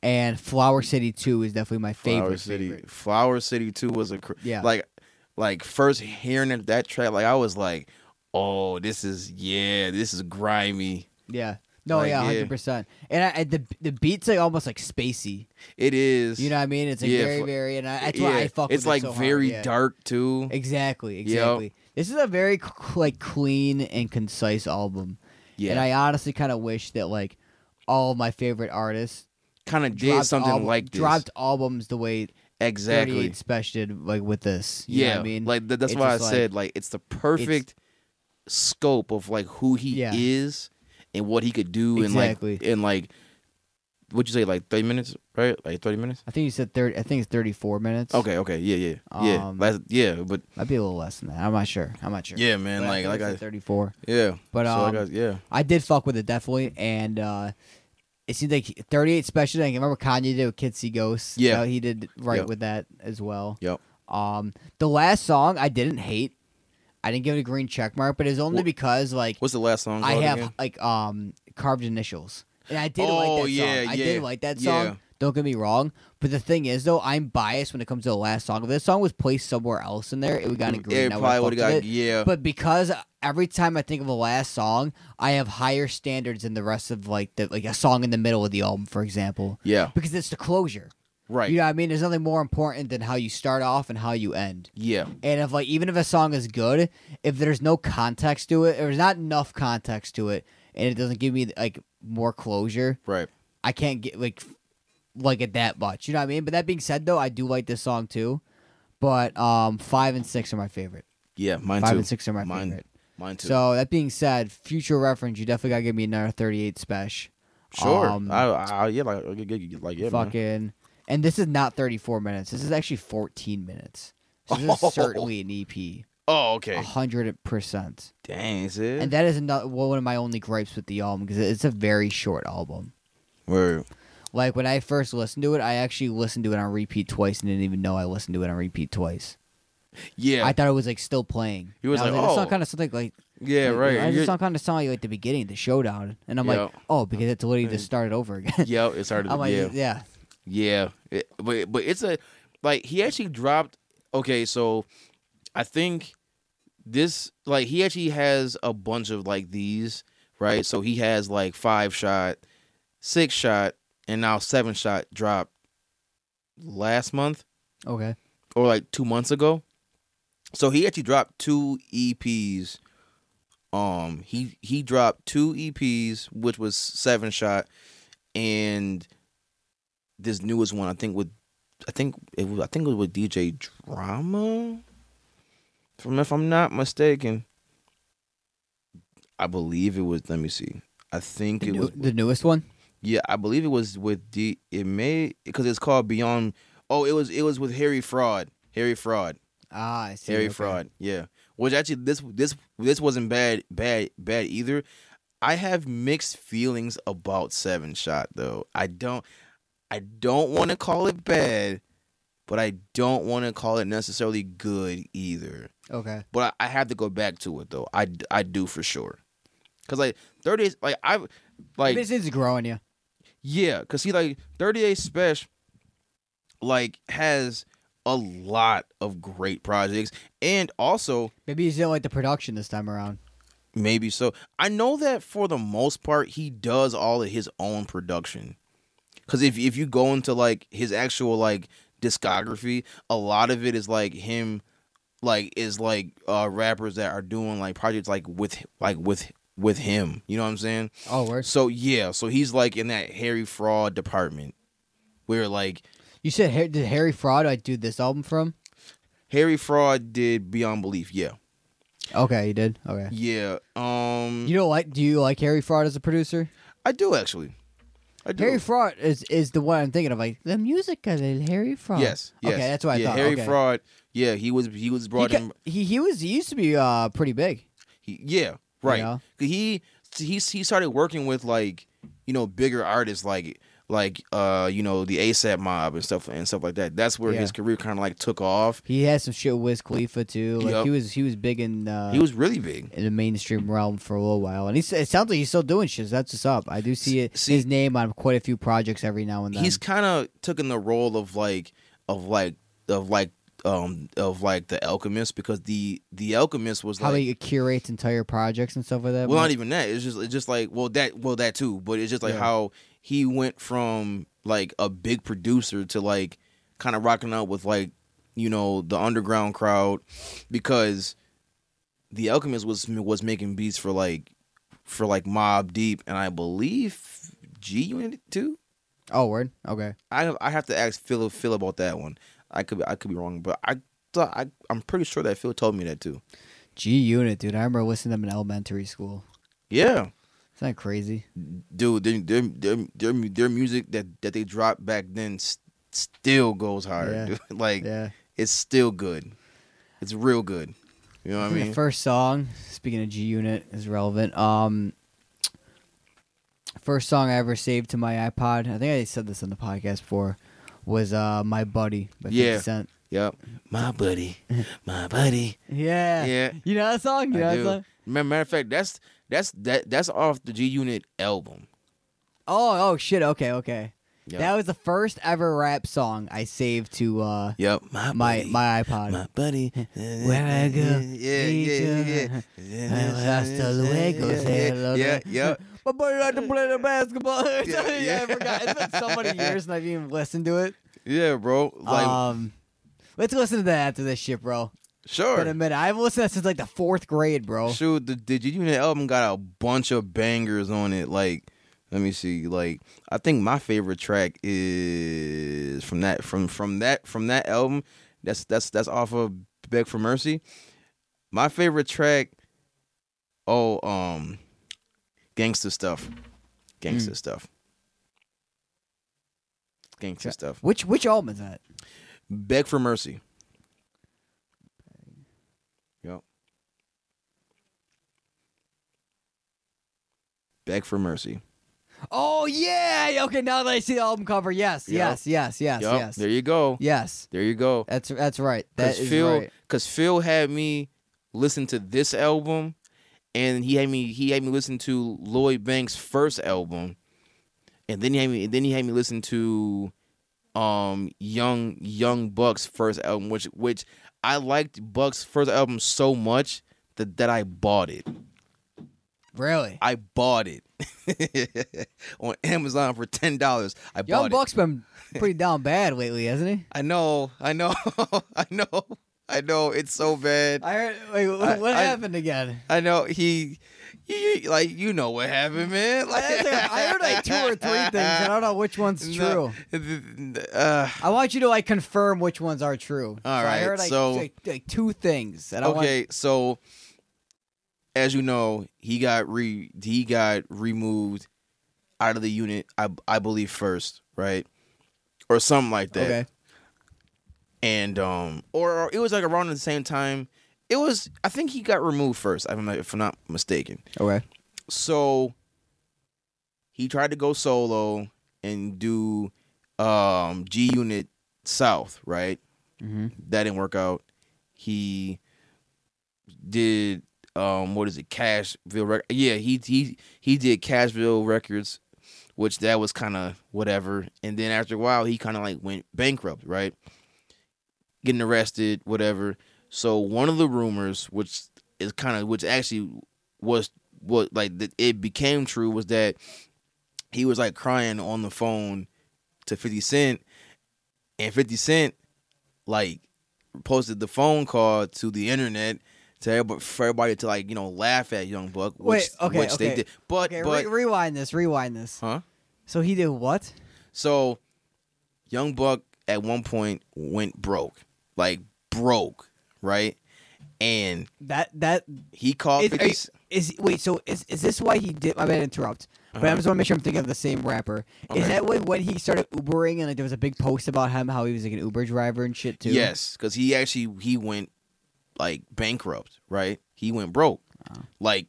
Speaker 2: and Flower City Two is definitely my favorite.
Speaker 1: Flower City.
Speaker 2: favorite.
Speaker 1: Flower City Two was a cr-
Speaker 2: Yeah.
Speaker 1: Like, like first hearing it- that track, like I was like, oh, this is yeah, this is grimy.
Speaker 2: Yeah. No,
Speaker 1: Like,
Speaker 2: yeah,
Speaker 1: yeah.
Speaker 2: hundred percent. And I, I, the the beats like almost like spacey.
Speaker 1: It is.
Speaker 2: You know what I mean? It's like
Speaker 1: Yeah,
Speaker 2: very,
Speaker 1: fu-
Speaker 2: very, and I, that's why I fuck.
Speaker 1: It's
Speaker 2: with it
Speaker 1: like
Speaker 2: so hard,
Speaker 1: very
Speaker 2: yeah.
Speaker 1: dark too.
Speaker 2: Exactly, exactly. This is a very c- c- like clean and concise album,
Speaker 1: Yeah,
Speaker 2: and I honestly kind of wish that like all my favorite artists
Speaker 1: kind of did
Speaker 2: dropped
Speaker 1: something
Speaker 2: al-
Speaker 1: like this.
Speaker 2: dropped albums the way
Speaker 1: exactly.
Speaker 2: 38 Special did, like with this. You know
Speaker 1: yeah,
Speaker 2: what I mean,
Speaker 1: like th- that's
Speaker 2: It's
Speaker 1: why I
Speaker 2: just like-
Speaker 1: said like it's the perfect scope of like who he
Speaker 2: Yeah.
Speaker 1: is and what he could do
Speaker 2: Exactly.
Speaker 1: in like in like what'd you say like thirty minutes right like thirty minutes.
Speaker 2: I think you said thirty. I think it's thirty-four minutes.
Speaker 1: Okay, okay, yeah, yeah, yeah,
Speaker 2: Um,
Speaker 1: That's- yeah, but
Speaker 2: might be a little less than that. I'm not sure. I'm not sure.
Speaker 1: yeah, man,
Speaker 2: But
Speaker 1: like
Speaker 2: I
Speaker 1: like
Speaker 2: think it's
Speaker 1: I
Speaker 2: at thirty-four.
Speaker 1: yeah,
Speaker 2: But,
Speaker 1: so like I,
Speaker 2: um,
Speaker 1: yeah,
Speaker 2: I did fuck with it definitely, and uh it seemed like 38 special. I remember Kanye did with Kids See Ghosts.
Speaker 1: Yeah.
Speaker 2: You know, he did right
Speaker 1: Yep.
Speaker 2: with that as well.
Speaker 1: yep,
Speaker 2: Um, the last song I didn't hate. I didn't give it a green check mark, but it's only
Speaker 1: Wh-
Speaker 2: because like
Speaker 1: What's the last song?
Speaker 2: I
Speaker 1: called
Speaker 2: have
Speaker 1: again?
Speaker 2: like um carved initials, and I did
Speaker 1: Oh,
Speaker 2: like that
Speaker 1: yeah,
Speaker 2: song. I
Speaker 1: yeah,
Speaker 2: did like that song.
Speaker 1: yeah.
Speaker 2: Don't get me wrong, but the thing is though, I'm biased when it comes to the last song. If this song was placed somewhere else in there, it would gotten a green.
Speaker 1: Mm, It
Speaker 2: I would've
Speaker 1: probably
Speaker 2: fucked
Speaker 1: would
Speaker 2: with
Speaker 1: have got
Speaker 2: it.
Speaker 1: yeah.
Speaker 2: But because every time I think of the last song, I have higher standards than the rest of like the like a song in the middle of the album, for example,
Speaker 1: yeah,
Speaker 2: because it's the closure.
Speaker 1: right.
Speaker 2: You know what I mean? There's nothing more important than how you start off and how you end.
Speaker 1: yeah,
Speaker 2: And if like even if a song is good, if there's no context to it, or there's not enough context to it, and it doesn't give me like more closure,
Speaker 1: right.
Speaker 2: I can't get like f- like it that much. You know what I mean? But that being said, though, I do like this song too. But um, five and six are my favorite.
Speaker 1: Yeah, mine
Speaker 2: Five
Speaker 1: too.
Speaker 2: and six are my
Speaker 1: mine,
Speaker 2: favorite.
Speaker 1: mine too.
Speaker 2: So that being said, future reference, you definitely gotta give me another thirty-eight special.
Speaker 1: sure.
Speaker 2: um,
Speaker 1: I, I, yeah, like, like, like, like yeah, man.
Speaker 2: fucking, and this is not thirty-four minutes. This is actually fourteen minutes. So
Speaker 1: [LAUGHS]
Speaker 2: this
Speaker 1: Oh.
Speaker 2: is certainly an EP,
Speaker 1: Oh, okay.
Speaker 2: a hundred percent.
Speaker 1: Dang, is it?
Speaker 2: And that is another one of my only gripes with the album because it's a very short album.
Speaker 1: Word.
Speaker 2: Like when I first listened to it, I actually listened to it on repeat twice and didn't even know I listened to it on repeat twice.
Speaker 1: Yeah.
Speaker 2: I thought it was like still playing.
Speaker 1: He was
Speaker 2: And I
Speaker 1: like,
Speaker 2: "This
Speaker 1: oh."
Speaker 2: song kind of something like
Speaker 1: yeah,
Speaker 2: Like,
Speaker 1: right.
Speaker 2: I
Speaker 1: You're-
Speaker 2: just sound kind of sound like the beginning, the showdown, and I'm like,
Speaker 1: Yeah.
Speaker 2: oh, because it's literally just started over again.
Speaker 1: yeah, it's hard to
Speaker 2: [LAUGHS] I'm like,
Speaker 1: yeah.
Speaker 2: yeah, yeah,
Speaker 1: Yeah, it, but but it's a like he actually dropped. Okay, so I think this like he actually has a bunch of like these right. So he has like five shot, six shot, and now seven shot dropped last month
Speaker 2: okay,
Speaker 1: or like two months ago. So he actually dropped two EPs. Um, he he dropped two EPs, which was seven shot, and this newest one. I think with, I think it was I think it was with DJ Drama. From if I'm not mistaken, I believe it was. Let me see. I think
Speaker 2: the,
Speaker 1: it
Speaker 2: new-
Speaker 1: was.
Speaker 2: the newest one.
Speaker 1: Yeah, I believe it was with D. It may because it's called Beyond. Oh, it was it was with Harry Fraud. Harry Fraud.
Speaker 2: Ah, I see.
Speaker 1: Harry
Speaker 2: okay.
Speaker 1: Fraud. Yeah, which actually this this this wasn't bad bad bad either. I have mixed feelings about Seven Shot though. I don't I don't want to call it bad, but I don't want to call it necessarily good either.
Speaker 2: Okay,
Speaker 1: But I, I have to go back to it though. I I do for sure. Cause like thirty is like I like
Speaker 2: this is growing you.
Speaker 1: yeah, cause he like thirty eight special, like has a lot of great projects, and also
Speaker 2: Maybe you still like the production this time around.
Speaker 1: maybe so. I know that for the most part he does all of his own production, cause if if you go into like his actual like discography, a lot of it is like him, like is like uh rappers that are doing like projects like with like with with him. You know what I'm saying?
Speaker 2: Oh, worse.
Speaker 1: So yeah, so he's like in that Harry Fraud department where like
Speaker 2: You said Har- did Harry Fraud I do this album from?
Speaker 1: Harry Fraud did Beyond Belief. Yeah.
Speaker 2: Okay, you did. Okay.
Speaker 1: Yeah. Um
Speaker 2: You don't like? Do you like Harry Fraud as a producer?
Speaker 1: I do actually. I do.
Speaker 2: Harry Fraud is is the one I'm thinking of. Like the music of it, Harry Fraud.
Speaker 1: Yes, yes.
Speaker 2: Okay, that's what I
Speaker 1: yeah,
Speaker 2: thought.
Speaker 1: Harry
Speaker 2: okay.
Speaker 1: Fraud. Yeah, he was he was
Speaker 2: He,
Speaker 1: brought in
Speaker 2: ca- he he was he used to be uh pretty big.
Speaker 1: he, yeah, right.
Speaker 2: know?
Speaker 1: 'Cause He he he started working with like, you know, bigger artists like like uh, you know, the ASAP mob and stuff and stuff like that. That's where
Speaker 2: Yeah.
Speaker 1: his career kind of like took off.
Speaker 2: He had some shit with Wiz Khalifa too. Like
Speaker 1: Yep.
Speaker 2: he was he was big in uh,
Speaker 1: He was really big.
Speaker 2: in the mainstream realm for a little while, and he's it sounds like he's still doing shit. So that's what's up. I do see it,
Speaker 1: see-
Speaker 2: his name on quite a few projects every now and then.
Speaker 1: he's kind of taking the role of like of like of like um of like the Alchemist because the the Alchemist was
Speaker 2: How
Speaker 1: like
Speaker 2: he curates entire projects and stuff like that.
Speaker 1: well,
Speaker 2: but-
Speaker 1: not even that. It's just it's just like well that well that too, but it's just like
Speaker 2: Yeah.
Speaker 1: how he went from like a big producer to like kind of rocking out with like you know the underground crowd because the Alchemist was was making beats for like for like Mob Deep and I believe G Unit too.
Speaker 2: oh, word. Okay.
Speaker 1: I have I have to ask Phil Phil about that one. I could I could be wrong, but I thought I I'm pretty sure that Phil told me that too.
Speaker 2: G Unit, dude. I remember listening to them in elementary school.
Speaker 1: Yeah.
Speaker 2: Isn't that crazy?
Speaker 1: dude, their their their their, mu- their music that that they dropped back then s- still goes hard.
Speaker 2: Yeah.
Speaker 1: dude. [LAUGHS] like
Speaker 2: Yeah.
Speaker 1: it's still good. It's real good. You know what I
Speaker 2: think
Speaker 1: mean?
Speaker 2: the first song, speaking of G Unit, is relevant. Um, first song I ever saved to my iPod. I think I said this on the podcast before. Was uh my buddy? By 50
Speaker 1: Yeah.
Speaker 2: Cent.
Speaker 1: Yep. My [LAUGHS] buddy, my buddy.
Speaker 2: Yeah.
Speaker 1: Yeah.
Speaker 2: You know that song? You know
Speaker 1: I
Speaker 2: that
Speaker 1: do.
Speaker 2: song?
Speaker 1: Ma- Matter of fact, that's that's that that's off the G Unit album.
Speaker 2: Oh, oh shit. Okay, okay.
Speaker 1: Yep.
Speaker 2: That was the first ever rap song I saved to uh
Speaker 1: yep. My
Speaker 2: my
Speaker 1: buddy,
Speaker 2: my iPod.
Speaker 1: my
Speaker 2: [LAUGHS]
Speaker 1: buddy. uh,
Speaker 2: Where I go,
Speaker 1: Yeah,
Speaker 2: meet
Speaker 1: yeah, yeah.
Speaker 2: [LAUGHS] And hasta luego,
Speaker 1: Yeah,
Speaker 2: say hello to-
Speaker 1: Yeah, yeah.
Speaker 2: My buddy liked to play the basketball. [LAUGHS] yeah,
Speaker 1: Yeah,
Speaker 2: I forgot. It's been so many years and I've even listened to it.
Speaker 1: Yeah, bro. Like
Speaker 2: [LAUGHS] um, let's listen to that after this shit, bro.
Speaker 1: sure.
Speaker 2: Been a minute. I haven't listened to that since like the fourth grade, bro.
Speaker 1: Shoot, the, the G Unit album got a bunch of bangers on it. Like, let me see. Like, I think my favorite track is from that from from that from that album. That's that's that's off of Beg for Mercy. My favorite track. Oh, um, gangster stuff, gangster stuff, gangster
Speaker 2: Tra-
Speaker 1: stuff.
Speaker 2: Which which album is that?
Speaker 1: Beg for Mercy. Yep. Beg for Mercy.
Speaker 2: Oh yeah. Okay, now that I see the album cover, yes,
Speaker 1: Yep.
Speaker 2: yes, yes, yes,
Speaker 1: Yup,
Speaker 2: yes,
Speaker 1: There you go.
Speaker 2: yes.
Speaker 1: There you go.
Speaker 2: That's that's right. That
Speaker 1: Because
Speaker 2: is
Speaker 1: Phil,
Speaker 2: right.
Speaker 1: because Phil had me listen to this album, and he had me he had me listen to Lloyd Banks' first album, and then he had me then he had me listen to, um, Young Young Buck's first album, which which I liked Buck's first album so much that that I bought it.
Speaker 2: Really.
Speaker 1: I bought it [LAUGHS] on Amazon for ten dollars. I
Speaker 2: Young
Speaker 1: bought it. [LAUGHS]
Speaker 2: Buck's been pretty down bad lately, hasn't he?
Speaker 1: I know. I know. [LAUGHS] I know. I know. It's so bad.
Speaker 2: I heard. Wait, what,
Speaker 1: I-
Speaker 2: what
Speaker 1: I-
Speaker 2: happened again?
Speaker 1: I know he, you, you- like you know what happened, man.
Speaker 2: [LAUGHS] I
Speaker 1: Like,
Speaker 2: heard, like, I heard like two or three things, and I don't know which one's
Speaker 1: No,
Speaker 2: true.
Speaker 1: [LAUGHS] th- th- uh,
Speaker 2: I want you to like confirm which ones are true.
Speaker 1: All
Speaker 2: so I
Speaker 1: right,
Speaker 2: heard like,
Speaker 1: so-
Speaker 2: like, like, two things. And I want-
Speaker 1: okay, so as you know, he got re he got removed out of the unit. I I believe first, right, or something like that.
Speaker 2: okay.
Speaker 1: and um or, or it was like around the same time it was i think he got removed first if i'm not, if I'm not mistaken
Speaker 2: Okay.
Speaker 1: so he tried to go solo and do um g unit south right
Speaker 2: Mm-hmm.
Speaker 1: that didn't work out he did um what is it cashville Rec- yeah he he he did cashville records which that was kind of whatever and then after a while he kind of like went bankrupt right getting arrested whatever so one of the rumors which is kind of which actually was what like that it became true was that he was like crying on the phone to 50 cent and 50 cent like posted the phone call to the internet to everybody, for everybody to like you know laugh at young buck which,
Speaker 2: Wait, okay,
Speaker 1: which they
Speaker 2: okay.
Speaker 1: did but
Speaker 2: Okay.
Speaker 1: but
Speaker 2: re- rewind this. Rewind this.
Speaker 1: huh
Speaker 2: So he did what?
Speaker 1: so Young Buck at one point went broke. Like broke, right? And
Speaker 2: That that
Speaker 1: he called
Speaker 2: is,
Speaker 1: 50
Speaker 2: is, is wait. So is is this why he did? My bad. Interrupt. But I just want to make sure I'm thinking of the same rapper. Is
Speaker 1: Uh-huh. Okay.
Speaker 2: that when when he started Ubering and like there was a big post about him how he was like an Uber driver and shit too?
Speaker 1: Yes, cuz he actually he went like bankrupt, right? He went broke.
Speaker 2: Uh-huh.
Speaker 1: Like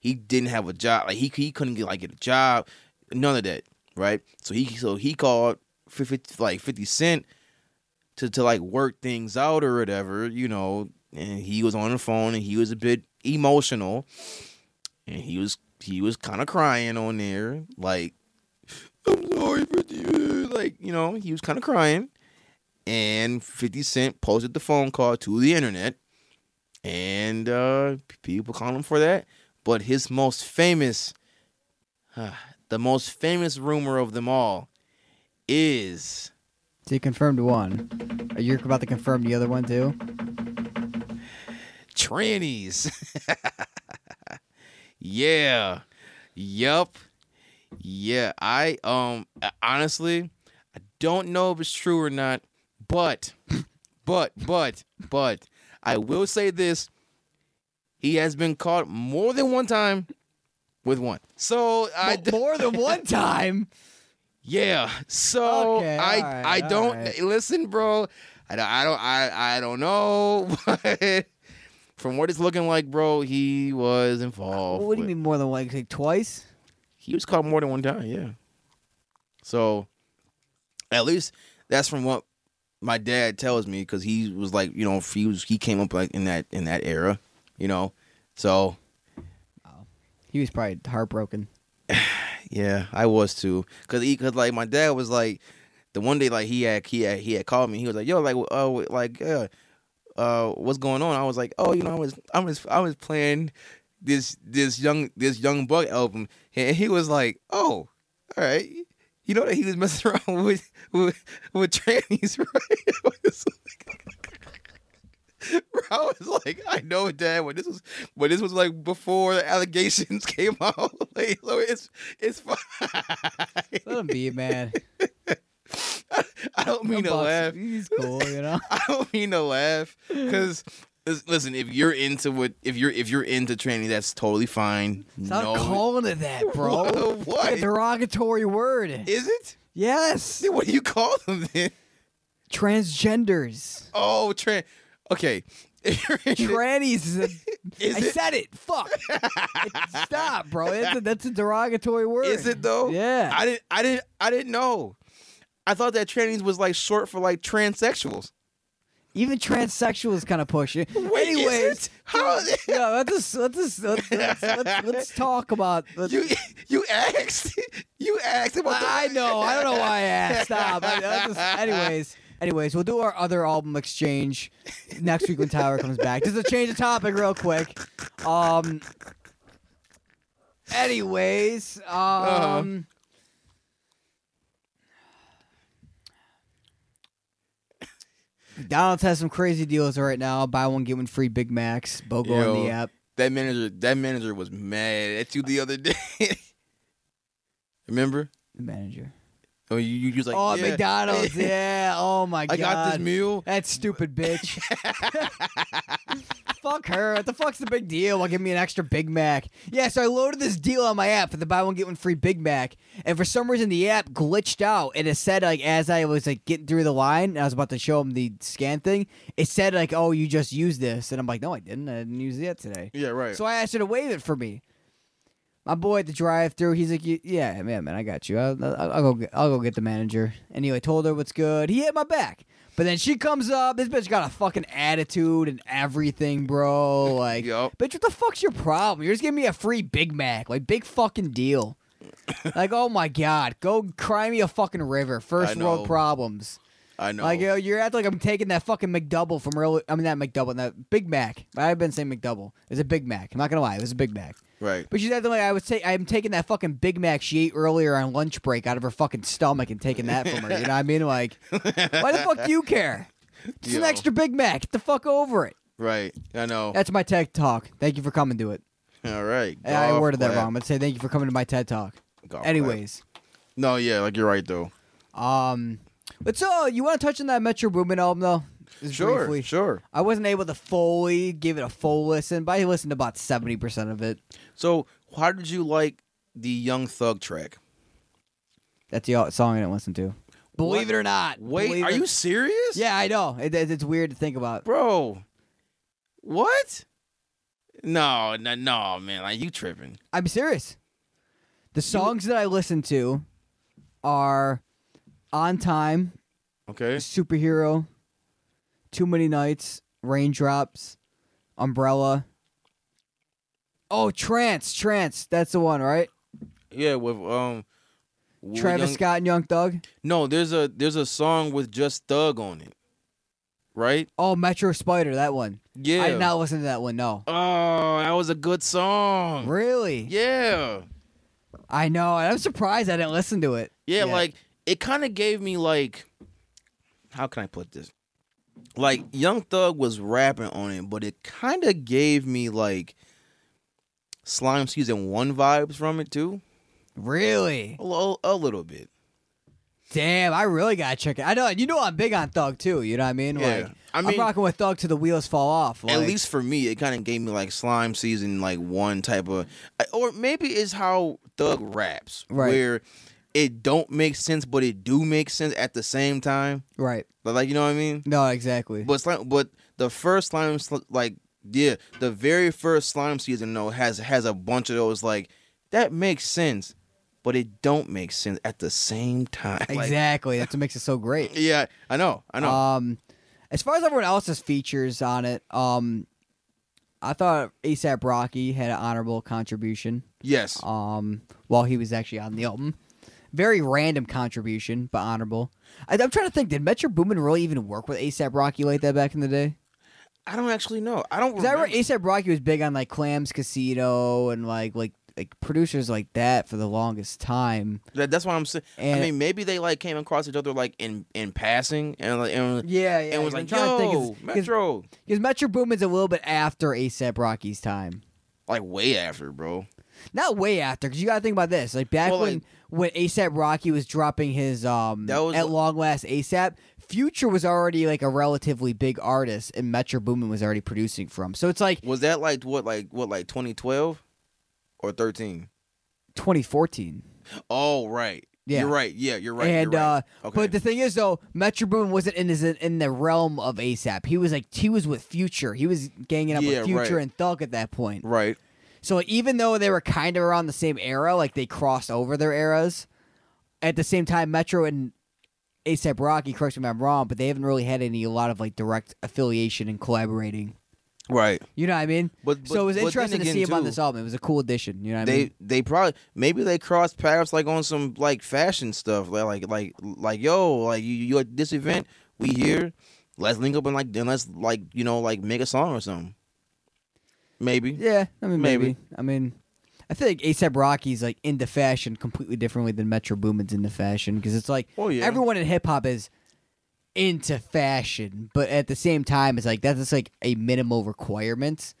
Speaker 1: he didn't have a job. Like he he couldn't get like get a job, none of that, right? So he so he called 50, like 50 cent to to like work things out or whatever, you know, and he was on the phone and he was a bit emotional. and he was he was kind of crying on there, like I'm sorry for you, like you know he was kind of crying, and 50 Cent posted the phone call to the internet, and uh, people call him for that. But his most famous, [SIGHS] the most famous rumor of them all is
Speaker 2: So you confirmed one. Uh, You're about to confirm the other one too.
Speaker 1: trannies. [LAUGHS] yeah. Yup. Yeah. I um uh, honestly, I don't know if it's true or not, but but but but I will say this. He has been caught more than one time with one. So I d-
Speaker 2: Mo- more
Speaker 1: [LAUGHS]
Speaker 2: than one time.
Speaker 1: yeah. So
Speaker 2: Okay,
Speaker 1: I
Speaker 2: alright,
Speaker 1: I don't
Speaker 2: alright.
Speaker 1: listen, bro. I don't I don't I, I don't know, [LAUGHS] but from what it's looking like, bro, he was involved.
Speaker 2: what do you
Speaker 1: with-
Speaker 2: mean more than one? Like twice?
Speaker 1: He was caught more than one time, yeah. So at least that's from what my dad tells me cuz he was like, you know, he was he came up like in that in that era, you know. So
Speaker 2: He was probably heartbroken.
Speaker 1: Yeah, I was too. Cause he, cause like my dad was like, the one day like he had he had he had called me. He was like, yo, like oh like uh, uh what's going on? I was like, oh you know I was I was I was playing this this young this young buck album, and he was like, oh all right. You know that he was messing [LAUGHS] around with with, with trannies, [LAUGHS] right? I was like- Bro, I was like, I know, Dad, but this was, but this was like before the allegations [LAUGHS] came out. Like, so it's it's fine. [LAUGHS]
Speaker 2: Let him be, man.
Speaker 1: I don't mean to
Speaker 2: Unbox-
Speaker 1: laugh.
Speaker 2: He's cool, you
Speaker 1: [LAUGHS]
Speaker 2: know.
Speaker 1: I don't mean to laugh because listen, if you're into what if you're if you're into training, that's totally fine.
Speaker 2: Stop
Speaker 1: no,
Speaker 2: calling it
Speaker 1: [LAUGHS]
Speaker 2: that, bro.
Speaker 1: What? what?
Speaker 2: It's a derogatory word.
Speaker 1: Is it?
Speaker 2: yes.
Speaker 1: Then what do you call them then?
Speaker 2: Transgenders.
Speaker 1: Oh, trans. Okay. [LAUGHS] If you're into-
Speaker 2: Trannies. Is a,
Speaker 1: [LAUGHS] Is
Speaker 2: I
Speaker 1: it?
Speaker 2: said it.
Speaker 1: [LAUGHS]
Speaker 2: Fuck. It's- Stop, bro. That's a, that's a derogatory word.
Speaker 1: Is it though?
Speaker 2: Yeah.
Speaker 1: I didn't. I didn't. I didn't know. I thought that trannies was like short for like transsexuals.
Speaker 2: Even transsexuals kind of push it.
Speaker 1: Wait, is
Speaker 2: Anyways,
Speaker 1: it? How is it?
Speaker 2: yeah, let's just let's just let's, let's, let's, let's talk about. Let's,
Speaker 1: You [LAUGHS] you asked. [LAUGHS] You asked about. the-
Speaker 2: I know. I don't know why I asked. Stop. I- I just- anyways, anyways, we'll do our other album exchange next week when Tyler comes back. Just to change the topic real quick. Um. Anyways, um. McDonald's has some crazy deals right now. Buy one get one free Big Macs. BOGO on
Speaker 1: Yo.
Speaker 2: the app.
Speaker 1: That manager. That manager was mad at you the other day. [LAUGHS] Remember?
Speaker 2: The manager.
Speaker 1: Oh, you you you was like.
Speaker 2: oh,
Speaker 1: yeah, [LAUGHS]
Speaker 2: McDonald's. yeah. Oh my
Speaker 1: I
Speaker 2: god.
Speaker 1: got this meal.
Speaker 2: That stupid bitch. [LAUGHS] Fuck her. What the fuck's the big deal? Well, give me an extra Big Mac. Yeah, so I loaded this deal on my app for the buy one get one free Big Mac, and for some reason the app glitched out, and it said like as I was like getting through the line, and I was about to show him the scan thing, it said like, "Oh, you just used this," and I'm like, "No, I didn't. I didn't use it today."
Speaker 1: Yeah, right.
Speaker 2: So I asked her to waive it for me. My boy at the drive-through, he's like, "You- "Yeah, man, man, I got you. I'll, I'll, I'll go, get, I'll go get the manager." Anyway, told her what's good. He hit my back, but then she comes up. This bitch got a fucking attitude and everything,
Speaker 1: [LAUGHS]
Speaker 2: bro. Like,
Speaker 1: Yup.
Speaker 2: bitch, what the fuck's your problem? You're just giving me a free Big Mac, like big
Speaker 1: [LAUGHS]
Speaker 2: fucking deal. like, oh my god, go cry me a fucking river. First
Speaker 1: know.
Speaker 2: world problems.
Speaker 1: I know.
Speaker 2: Like, yo, you're acting like I'm taking that fucking McDouble from real. I mean, not McDouble, that Big Mac. I've been saying McDouble. It's a Big Mac. I'm not gonna lie, it was a Big Mac.
Speaker 1: right.
Speaker 2: But she's acting like I was. Ta- I'm taking that fucking Big Mac she ate earlier on lunch break out of her fucking stomach and taking that from her. You know what I mean? Like, why the fuck do you care? It's an
Speaker 1: Yo.
Speaker 2: extra Big Mac. Get the fuck over it.
Speaker 1: Right. I know.
Speaker 2: That's my TED talk. Thank you for coming to it.
Speaker 1: All right.
Speaker 2: I
Speaker 1: Golf
Speaker 2: worded that
Speaker 1: clap.
Speaker 2: wrong. I'd say thank you for coming to my TED talk.
Speaker 1: Golf clap.
Speaker 2: Anyways,
Speaker 1: No, yeah, like you're right though.
Speaker 2: um, but so you want to touch on that Metro Boomin album though? Just
Speaker 1: Sure,
Speaker 2: briefly.
Speaker 1: sure.
Speaker 2: I wasn't able to fully give it a full listen, but I listened to about seventy percent of it.
Speaker 1: So, how did you like the Young Thug track?
Speaker 2: That's the o- song I didn't listen to. Believe it or not.
Speaker 1: Wait,
Speaker 2: Believe
Speaker 1: are
Speaker 2: it-
Speaker 1: you serious?
Speaker 2: Yeah, I know. It, it- it's weird to think about.
Speaker 1: bro. What? No, no, no, man. Like you tripping?
Speaker 2: I'm serious. The songs that I listen to are "On Time,"
Speaker 1: Okay.
Speaker 2: "Superhero," "Too Many Nights," "Raindrops," "Umbrella." Oh, trance, trance. That's the one, right?
Speaker 1: Yeah, with um, Will
Speaker 2: Travis
Speaker 1: Young-
Speaker 2: Scott and Young Thug.
Speaker 1: No, there's a there's a song with just Thug on it, right?
Speaker 2: Oh, Metro Spider, that one.
Speaker 1: Yeah.
Speaker 2: I did not listen to that one. No.
Speaker 1: Oh, that was a good song.
Speaker 2: Really?
Speaker 1: Hmm. Yeah.
Speaker 2: I know. and I'm surprised I didn't listen to it.
Speaker 1: yeah,
Speaker 2: Yeah.
Speaker 1: like it kind of gave me like, how can I put this? Like Young Thug was rapping on it, but it kind of gave me like Slime Season One vibes from it too,
Speaker 2: Really?
Speaker 1: a, lo- a little bit.
Speaker 2: Damn, I really gotta check it. I know you know I'm big on Thug too, you know what I mean?
Speaker 1: Yeah.
Speaker 2: Like
Speaker 1: I mean-
Speaker 2: am rocking with Thug till the wheels fall off.
Speaker 1: At
Speaker 2: like-
Speaker 1: least for me, it kind of gave me like Slime Season like One type of, I- or maybe it's how Thug raps,
Speaker 2: Right.
Speaker 1: where it don't make sense, but it do make sense at the same time.
Speaker 2: Right.
Speaker 1: But like you know what I mean?
Speaker 2: No, exactly.
Speaker 1: But slime, but the first slime, sl- like yeah, the very first slime season though has has a bunch of those like that makes sense, but it don't make sense at the same time. [LAUGHS] Like,
Speaker 2: exactly. That's what makes it so
Speaker 1: [LAUGHS]
Speaker 2: great.
Speaker 1: yeah, I know, I know.
Speaker 2: Um as far as everyone else's features on it, um I thought ASAP Rocky had an honorable contribution.
Speaker 1: yes,
Speaker 2: um, while he was actually on the album. Very random contribution, but honorable. I, I'm trying to think. Did Metro Boomin really even work with ASAP Rocky like that back in the day?
Speaker 1: I don't actually know. I don't.
Speaker 2: Because I
Speaker 1: Remember.
Speaker 2: remember ASAP Rocky was big on like Clams Casino and like like like producers like that for the longest time.
Speaker 1: that, that's why I'm saying. I
Speaker 2: And-
Speaker 1: mean, maybe they like came across each other like in in passing and like and,
Speaker 2: Yeah, yeah.
Speaker 1: and was like, yo, Metro,
Speaker 2: because Metro Boomin's a little bit after ASAP Rocky's time.
Speaker 1: like way after, bro.
Speaker 2: Not way after, because you got to think about this. Like back
Speaker 1: Well,
Speaker 2: when when ASAP Rocky was dropping his um
Speaker 1: That was
Speaker 2: at
Speaker 1: wh-
Speaker 2: long last ASAP, Future was already like a relatively big artist, and Metro Boomin was already producing from. So it's like
Speaker 1: Was that like what like what like 2012 or 13?
Speaker 2: 2014.
Speaker 1: Oh right.
Speaker 2: Yeah.
Speaker 1: You're right. Yeah, you're right.
Speaker 2: and
Speaker 1: you're right.
Speaker 2: uh,
Speaker 1: Okay.
Speaker 2: but the thing is though, Metro Boomin wasn't in his, in the realm of ASAP. He was like he was with Future. He was ganging up
Speaker 1: Yeah,
Speaker 2: with Future
Speaker 1: right.
Speaker 2: and Thug at that point.
Speaker 1: Right.
Speaker 2: So like, even though they were kind of around the same era, like they crossed over their eras, at the same time Metro and ASAP Rocky, correct me if I'm wrong, but they haven't really had any a lot of like direct affiliation and collaborating.
Speaker 1: Right.
Speaker 2: You know what I mean?
Speaker 1: But, but
Speaker 2: so it was
Speaker 1: but then
Speaker 2: interesting to
Speaker 1: again,
Speaker 2: see him on
Speaker 1: too,
Speaker 2: this album. It was a cool addition. You know what I
Speaker 1: They
Speaker 2: mean?
Speaker 1: they probably maybe they crossed paths like on some like fashion stuff like like like like yo like you you at this event we here let's link up and like then let's like you know like make a song or something maybe
Speaker 2: Yeah, I mean
Speaker 1: Maybe.
Speaker 2: maybe. I mean, I feel like ASAP Rocky's like into fashion completely differently than Metro Boomin's into fashion because it's like
Speaker 1: Oh, yeah.
Speaker 2: everyone in hip hop is into fashion, but at the same time, it's like that's just like a minimal requirement.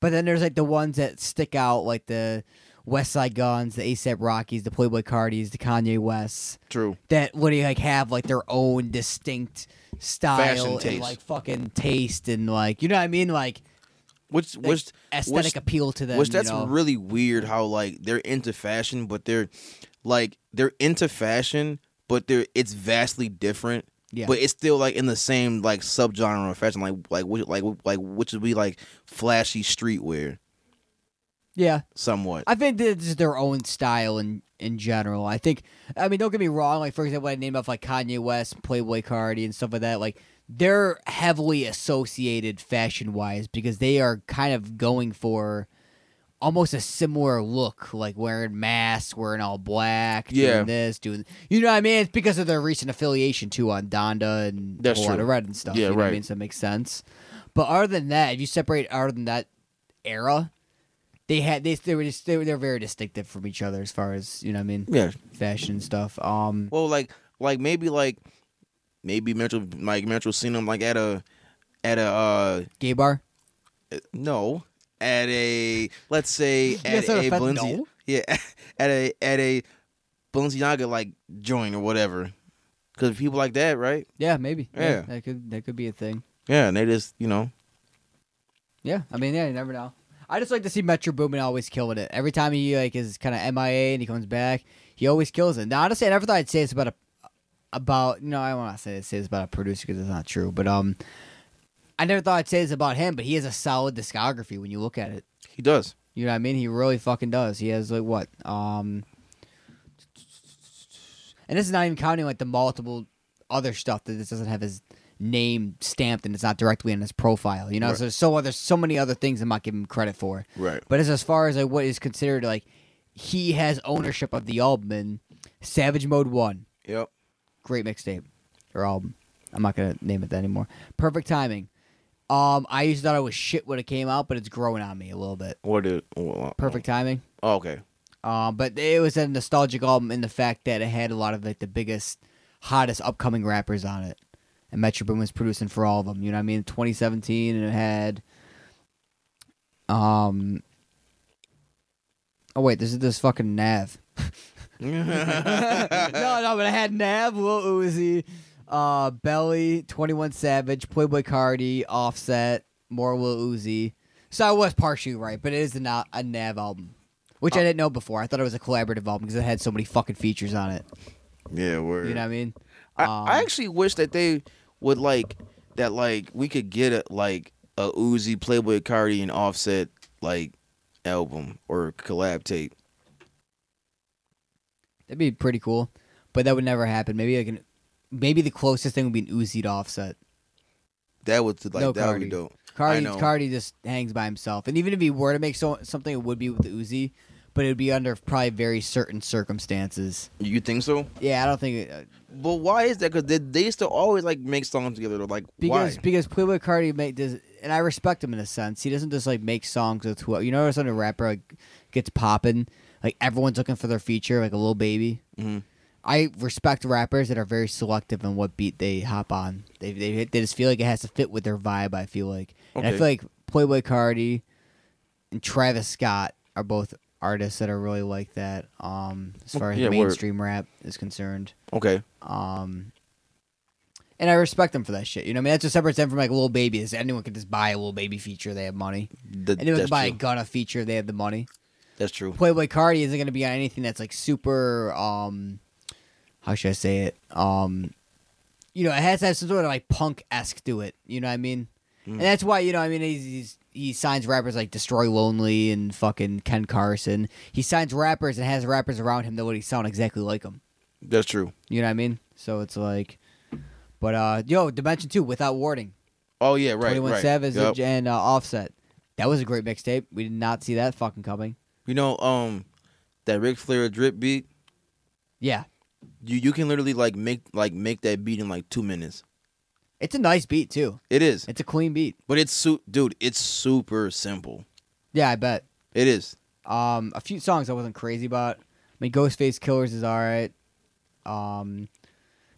Speaker 2: But then there's like the ones that stick out, like the West Side Guns, the ASAP Rockies, the Playboy Cardis, the Kanye Wests,
Speaker 1: true
Speaker 2: that literally like have like their own distinct
Speaker 1: Fashion
Speaker 2: style
Speaker 1: taste.
Speaker 2: and like fucking taste and like you know what I mean, like
Speaker 1: which which
Speaker 2: aesthetic
Speaker 1: which,
Speaker 2: appeal to them.
Speaker 1: which
Speaker 2: you
Speaker 1: that's
Speaker 2: know?
Speaker 1: really weird how like they're into fashion but they're like they're into fashion but they're it's vastly different
Speaker 2: Yeah.
Speaker 1: but it's still like in the same like subgenre of fashion, like like which like like which would be like flashy streetwear,
Speaker 2: yeah.
Speaker 1: somewhat.
Speaker 2: I think this is their own style in in general. I think I mean don't get me wrong, like for example I named off like Kanye West, Playboy Cardi and stuff like that, like they're heavily associated fashion wise because they are kind of going for almost a similar look, like wearing masks, wearing all black,
Speaker 1: Yeah.
Speaker 2: doing this, doing you know what I mean? It's because of their recent affiliation too on Donda and
Speaker 1: That's
Speaker 2: Blood
Speaker 1: true.
Speaker 2: Red and stuff.
Speaker 1: Yeah,
Speaker 2: you know what I
Speaker 1: right.
Speaker 2: mean? So it makes sense. But other than that, if you separate other than that era, they had they they were just they were they're very distinctive from each other as far as you know what I mean
Speaker 1: yeah.
Speaker 2: fashion and stuff. Um,
Speaker 1: Well, like like maybe like maybe Metro like Metro seen them like at a at a uh
Speaker 2: gay bar.
Speaker 1: no at a let's say at
Speaker 2: guys are
Speaker 1: a
Speaker 2: fat-
Speaker 1: Balenciaga
Speaker 2: no.
Speaker 1: [LAUGHS] yeah at a at a Balenciaga like joint or whatever, because people like that, right?
Speaker 2: Yeah, maybe.
Speaker 1: Yeah.
Speaker 2: that could that could be a thing.
Speaker 1: Yeah, and they just you know
Speaker 2: Yeah, I mean, yeah, you never know. I just like to see Metro Boomin always killing it. Every time he like is kind of MIA and he comes back, he always kills it. Now, honestly, I never thought I'd say this about a about no, I want to say this, say this about a producer because it's not true. But um, I never thought I'd say this about him, but he has a solid discography when you look at it.
Speaker 1: he does.
Speaker 2: You know what I mean? He really fucking does. He has like what? Um And this is not even counting like the multiple other stuff that this doesn't have his name stamped and it's not directly in his profile. You know,
Speaker 1: Right.
Speaker 2: so there's so other so many other things I'm not giving him credit for.
Speaker 1: Right.
Speaker 2: But as as far as like what is considered like he has ownership of the album and Savage Mode One,
Speaker 1: Yep.
Speaker 2: great mixtape or album. I'm not gonna name it that anymore. Perfect timing. Um, I used to thought I was shit when it came out, but it's growing on me a little bit.
Speaker 1: What did? oh, oh,
Speaker 2: Perfect timing.
Speaker 1: Oh, okay.
Speaker 2: Um, but it was a nostalgic album in the fact that it had a lot of like the biggest, hottest upcoming rappers on it, and Metro Boomin was producing for all of them. You know what I mean? 2017, and it had, um, oh wait, this is this fucking Nav. [LAUGHS] no, no, but I had Nav, Lil Uzi, uh, Belly, 21 Savage, Playboy Cardi, Offset, more Lil Uzi. So I was partially right, but it is a, na- a Nav album, which I didn't know before. I thought it was a collaborative album because it had so many fucking features on it.
Speaker 1: Yeah, word.
Speaker 2: You know what I mean?
Speaker 1: I,
Speaker 2: Um,
Speaker 1: I actually wish that they would like that like we could get a like a Uzi Playboy Cardi and Offset like album or collab tape.
Speaker 2: That'd be pretty cool, but that would never happen. Maybe like an, maybe the closest thing would be an Uzi to Offset.
Speaker 1: That would like
Speaker 2: No
Speaker 1: that would
Speaker 2: Cardi.
Speaker 1: be dope. I
Speaker 2: Cardi,
Speaker 1: know.
Speaker 2: Cardi just hangs by himself, and even if he were to make so, something, it would be with the Uzi, but it would be under probably very certain circumstances.
Speaker 1: You think so?
Speaker 2: Yeah, I don't think. Uh,
Speaker 1: But why is that? Because they, they used to always like make songs together. though. Like
Speaker 2: Because
Speaker 1: why?
Speaker 2: because Playboy Cardi make does, and I respect him in a sense. He doesn't just like make songs with who you notice when a rapper like, gets popping, like everyone's looking for their feature, like a little baby.
Speaker 1: Mhm.
Speaker 2: I respect rappers that are very selective in what beat they hop on. They they they just feel like it has to fit with their vibe. I feel like, and I
Speaker 1: Okay.
Speaker 2: feel like Playboy Cardi and Travis Scott are both artists that are really like that. Um, as
Speaker 1: Well,
Speaker 2: far as
Speaker 1: yeah, word.
Speaker 2: mainstream rap is concerned.
Speaker 1: Okay.
Speaker 2: Um, and I respect them for that shit. You know, what I mean, that's what separates them from like little baby. Is anyone can just buy a little baby feature? They have money.
Speaker 1: Th-
Speaker 2: Anyone
Speaker 1: that's,
Speaker 2: can buy a
Speaker 1: true.
Speaker 2: Gunna feature. They have the money.
Speaker 1: that's true.
Speaker 2: Playboy Cardi isn't going to be on anything that's like super. Um, how should I say it? Um, you know, it has to have some sort of like punk esque to it. You know what I mean? And that's why you know I mean he's, he's he signs rappers like Destroy Lonely and fucking Ken Carson. He signs rappers and has rappers around him that would sound exactly like him.
Speaker 1: That's true.
Speaker 2: You know what I mean? So it's like, but uh, yo, Dimension Two without warning,
Speaker 1: Oh yeah, right.
Speaker 2: Twenty One
Speaker 1: right.
Speaker 2: Savage
Speaker 1: Yup.
Speaker 2: and uh, Offset. That was a great mixtape. We did not see that fucking coming.
Speaker 1: You know, um, that Ric Flair drip beat.
Speaker 2: Yeah,
Speaker 1: You you can literally like make like make that beat in like two minutes.
Speaker 2: it's a nice beat too.
Speaker 1: It is,
Speaker 2: It's a clean beat.
Speaker 1: but it's su- dude. It's super simple.
Speaker 2: Yeah, I bet.
Speaker 1: It is.
Speaker 2: Um, a few songs I wasn't crazy about. I mean, Ghostface Killers is all right. Um,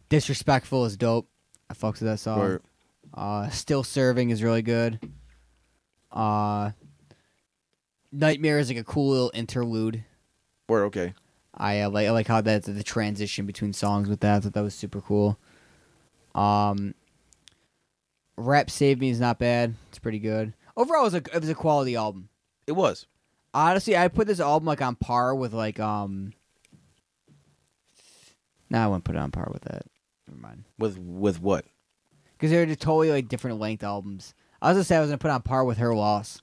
Speaker 2: Disrespectful is dope. I fucks with that song.
Speaker 1: Word.
Speaker 2: Uh, Still Serving is really good. Uh, Nightmare is like a cool little interlude.
Speaker 1: Word. Okay.
Speaker 2: I uh, like I like how that's the transition between songs with that. I thought that was super cool. Um, Rap Save Me is not bad. It's pretty good. Overall, it was a it was a quality album.
Speaker 1: It was.
Speaker 2: Honestly, I put this album like on par with like um. No, I wouldn't put it on par with that. Never mind,
Speaker 1: With with what?
Speaker 2: because they're just totally like different length albums. I was gonna say I was gonna put it on par with Her Loss.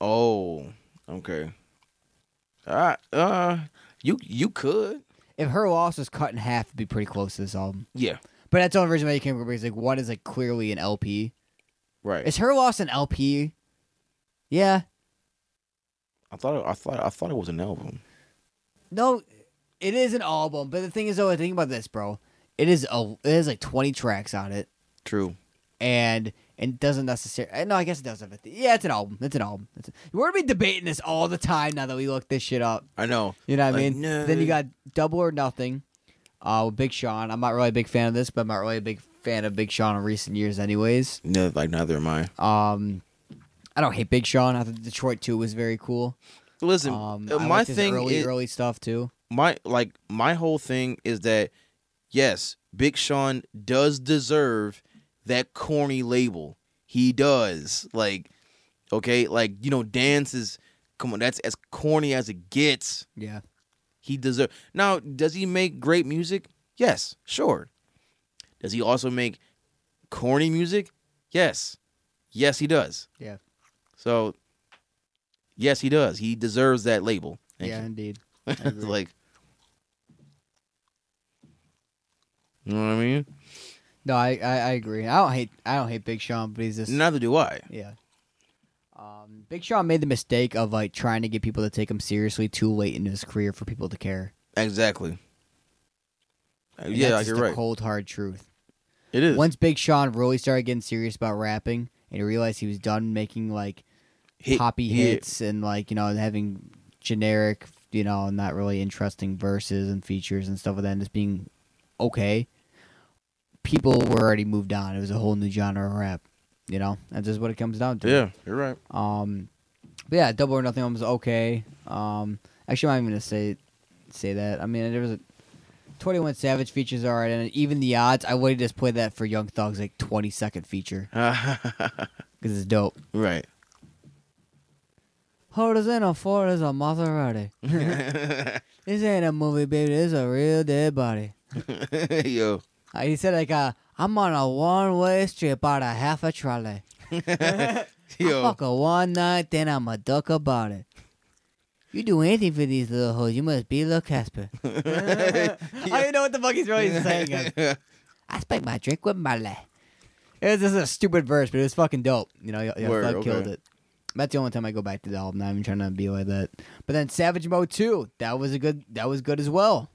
Speaker 1: Oh. Okay. Uh, uh you you could.
Speaker 2: If Her Loss was cut in half, it'd be pretty close to this album.
Speaker 1: Yeah.
Speaker 2: But that's the only reason why you came up because like one is like clearly an LP,
Speaker 1: Right.
Speaker 2: Is her loss an LP? Yeah.
Speaker 1: I thought it, I thought I thought it was an album.
Speaker 2: No, it is an album. But the thing is, though, I think about this, bro. It is a. It has like twenty tracks on it,
Speaker 1: True.
Speaker 2: and and doesn't necessarily. No, I guess it does have a. Th- yeah, it's an album. It's an album. It's a- We're gonna be debating this all the time now that we looked this shit up.
Speaker 1: I know.
Speaker 2: You know what I
Speaker 1: Like,
Speaker 2: mean?
Speaker 1: no.
Speaker 2: Then you got Double or Nothing. Uh, with Big Sean. I'm not really a big fan of this, but I'm not really a big fan of Big Sean in recent years, anyways.
Speaker 1: No, like neither am I.
Speaker 2: Um, I don't hate Big Sean. I thought Detroit Two was very cool.
Speaker 1: Listen,
Speaker 2: Um,
Speaker 1: uh,
Speaker 2: I
Speaker 1: my
Speaker 2: liked his
Speaker 1: thing
Speaker 2: early
Speaker 1: is
Speaker 2: early stuff too.
Speaker 1: my like my whole thing is that yes, Big Sean does deserve that corny label. He does. Like okay, like you know, dance is come on, that's as corny as it gets.
Speaker 2: Yeah.
Speaker 1: He deserves. Now, does he make great music? Yes, sure. Does he also make corny music? Yes. Yes, he does.
Speaker 2: Yeah.
Speaker 1: So, yes, he does. He deserves that label. Thank
Speaker 2: yeah,
Speaker 1: you. [LAUGHS]
Speaker 2: indeed.
Speaker 1: It's
Speaker 2: agree.
Speaker 1: like, you know what I mean?
Speaker 2: No, I, I I agree. I don't hate I don't hate Big Sean, but he's just
Speaker 1: Neither do I.
Speaker 2: yeah. Um, Big Sean made the mistake of like trying to get people to take him seriously too late into his career for people to care.
Speaker 1: Exactly. Uh,
Speaker 2: And
Speaker 1: yeah,
Speaker 2: that's
Speaker 1: like,
Speaker 2: just
Speaker 1: you're
Speaker 2: the
Speaker 1: right.
Speaker 2: Cold hard truth.
Speaker 1: It is.
Speaker 2: Once Big Sean really started getting serious about rapping, and he realized he was done making like
Speaker 1: Hit-
Speaker 2: poppy
Speaker 1: hit.
Speaker 2: hits and like you know having generic, you know, not really interesting verses and features and stuff like that, and just being okay. People were already moved on. It was a whole new genre of rap. You know, that's just what it comes down to.
Speaker 1: Yeah, you're right.
Speaker 2: Um, but yeah, Double or Nothing album was okay. Um, actually, I'm not even gonna say say that. I mean, there was a 21 Savage features all right, and even the odds. I would have just played that for Young Thug's like 20 second feature
Speaker 1: [LAUGHS]
Speaker 2: because it's dope.
Speaker 1: right.
Speaker 2: Holders in a Ford is a Maserati. this ain't a movie, baby. This is a real dead body.
Speaker 1: [LAUGHS] Yo.
Speaker 2: Uh, he said like, uh, "I'm on a one way trip out of half a trolley. I
Speaker 1: Yo.
Speaker 2: fuck her one night, then I'm a duck about it." You do anything for these little hoes, you must be little Casper.
Speaker 1: [LAUGHS]
Speaker 2: I don't even know what the fuck he's really saying. I spike my drink with Marley. It was just a stupid verse, but it was fucking dope. You know, Young
Speaker 1: Word,
Speaker 2: Thug
Speaker 1: okay.
Speaker 2: killed it. That's the only time I go back to the album. I'm trying to be like that. But then Savage Mode 2, that was a good. That was good as well.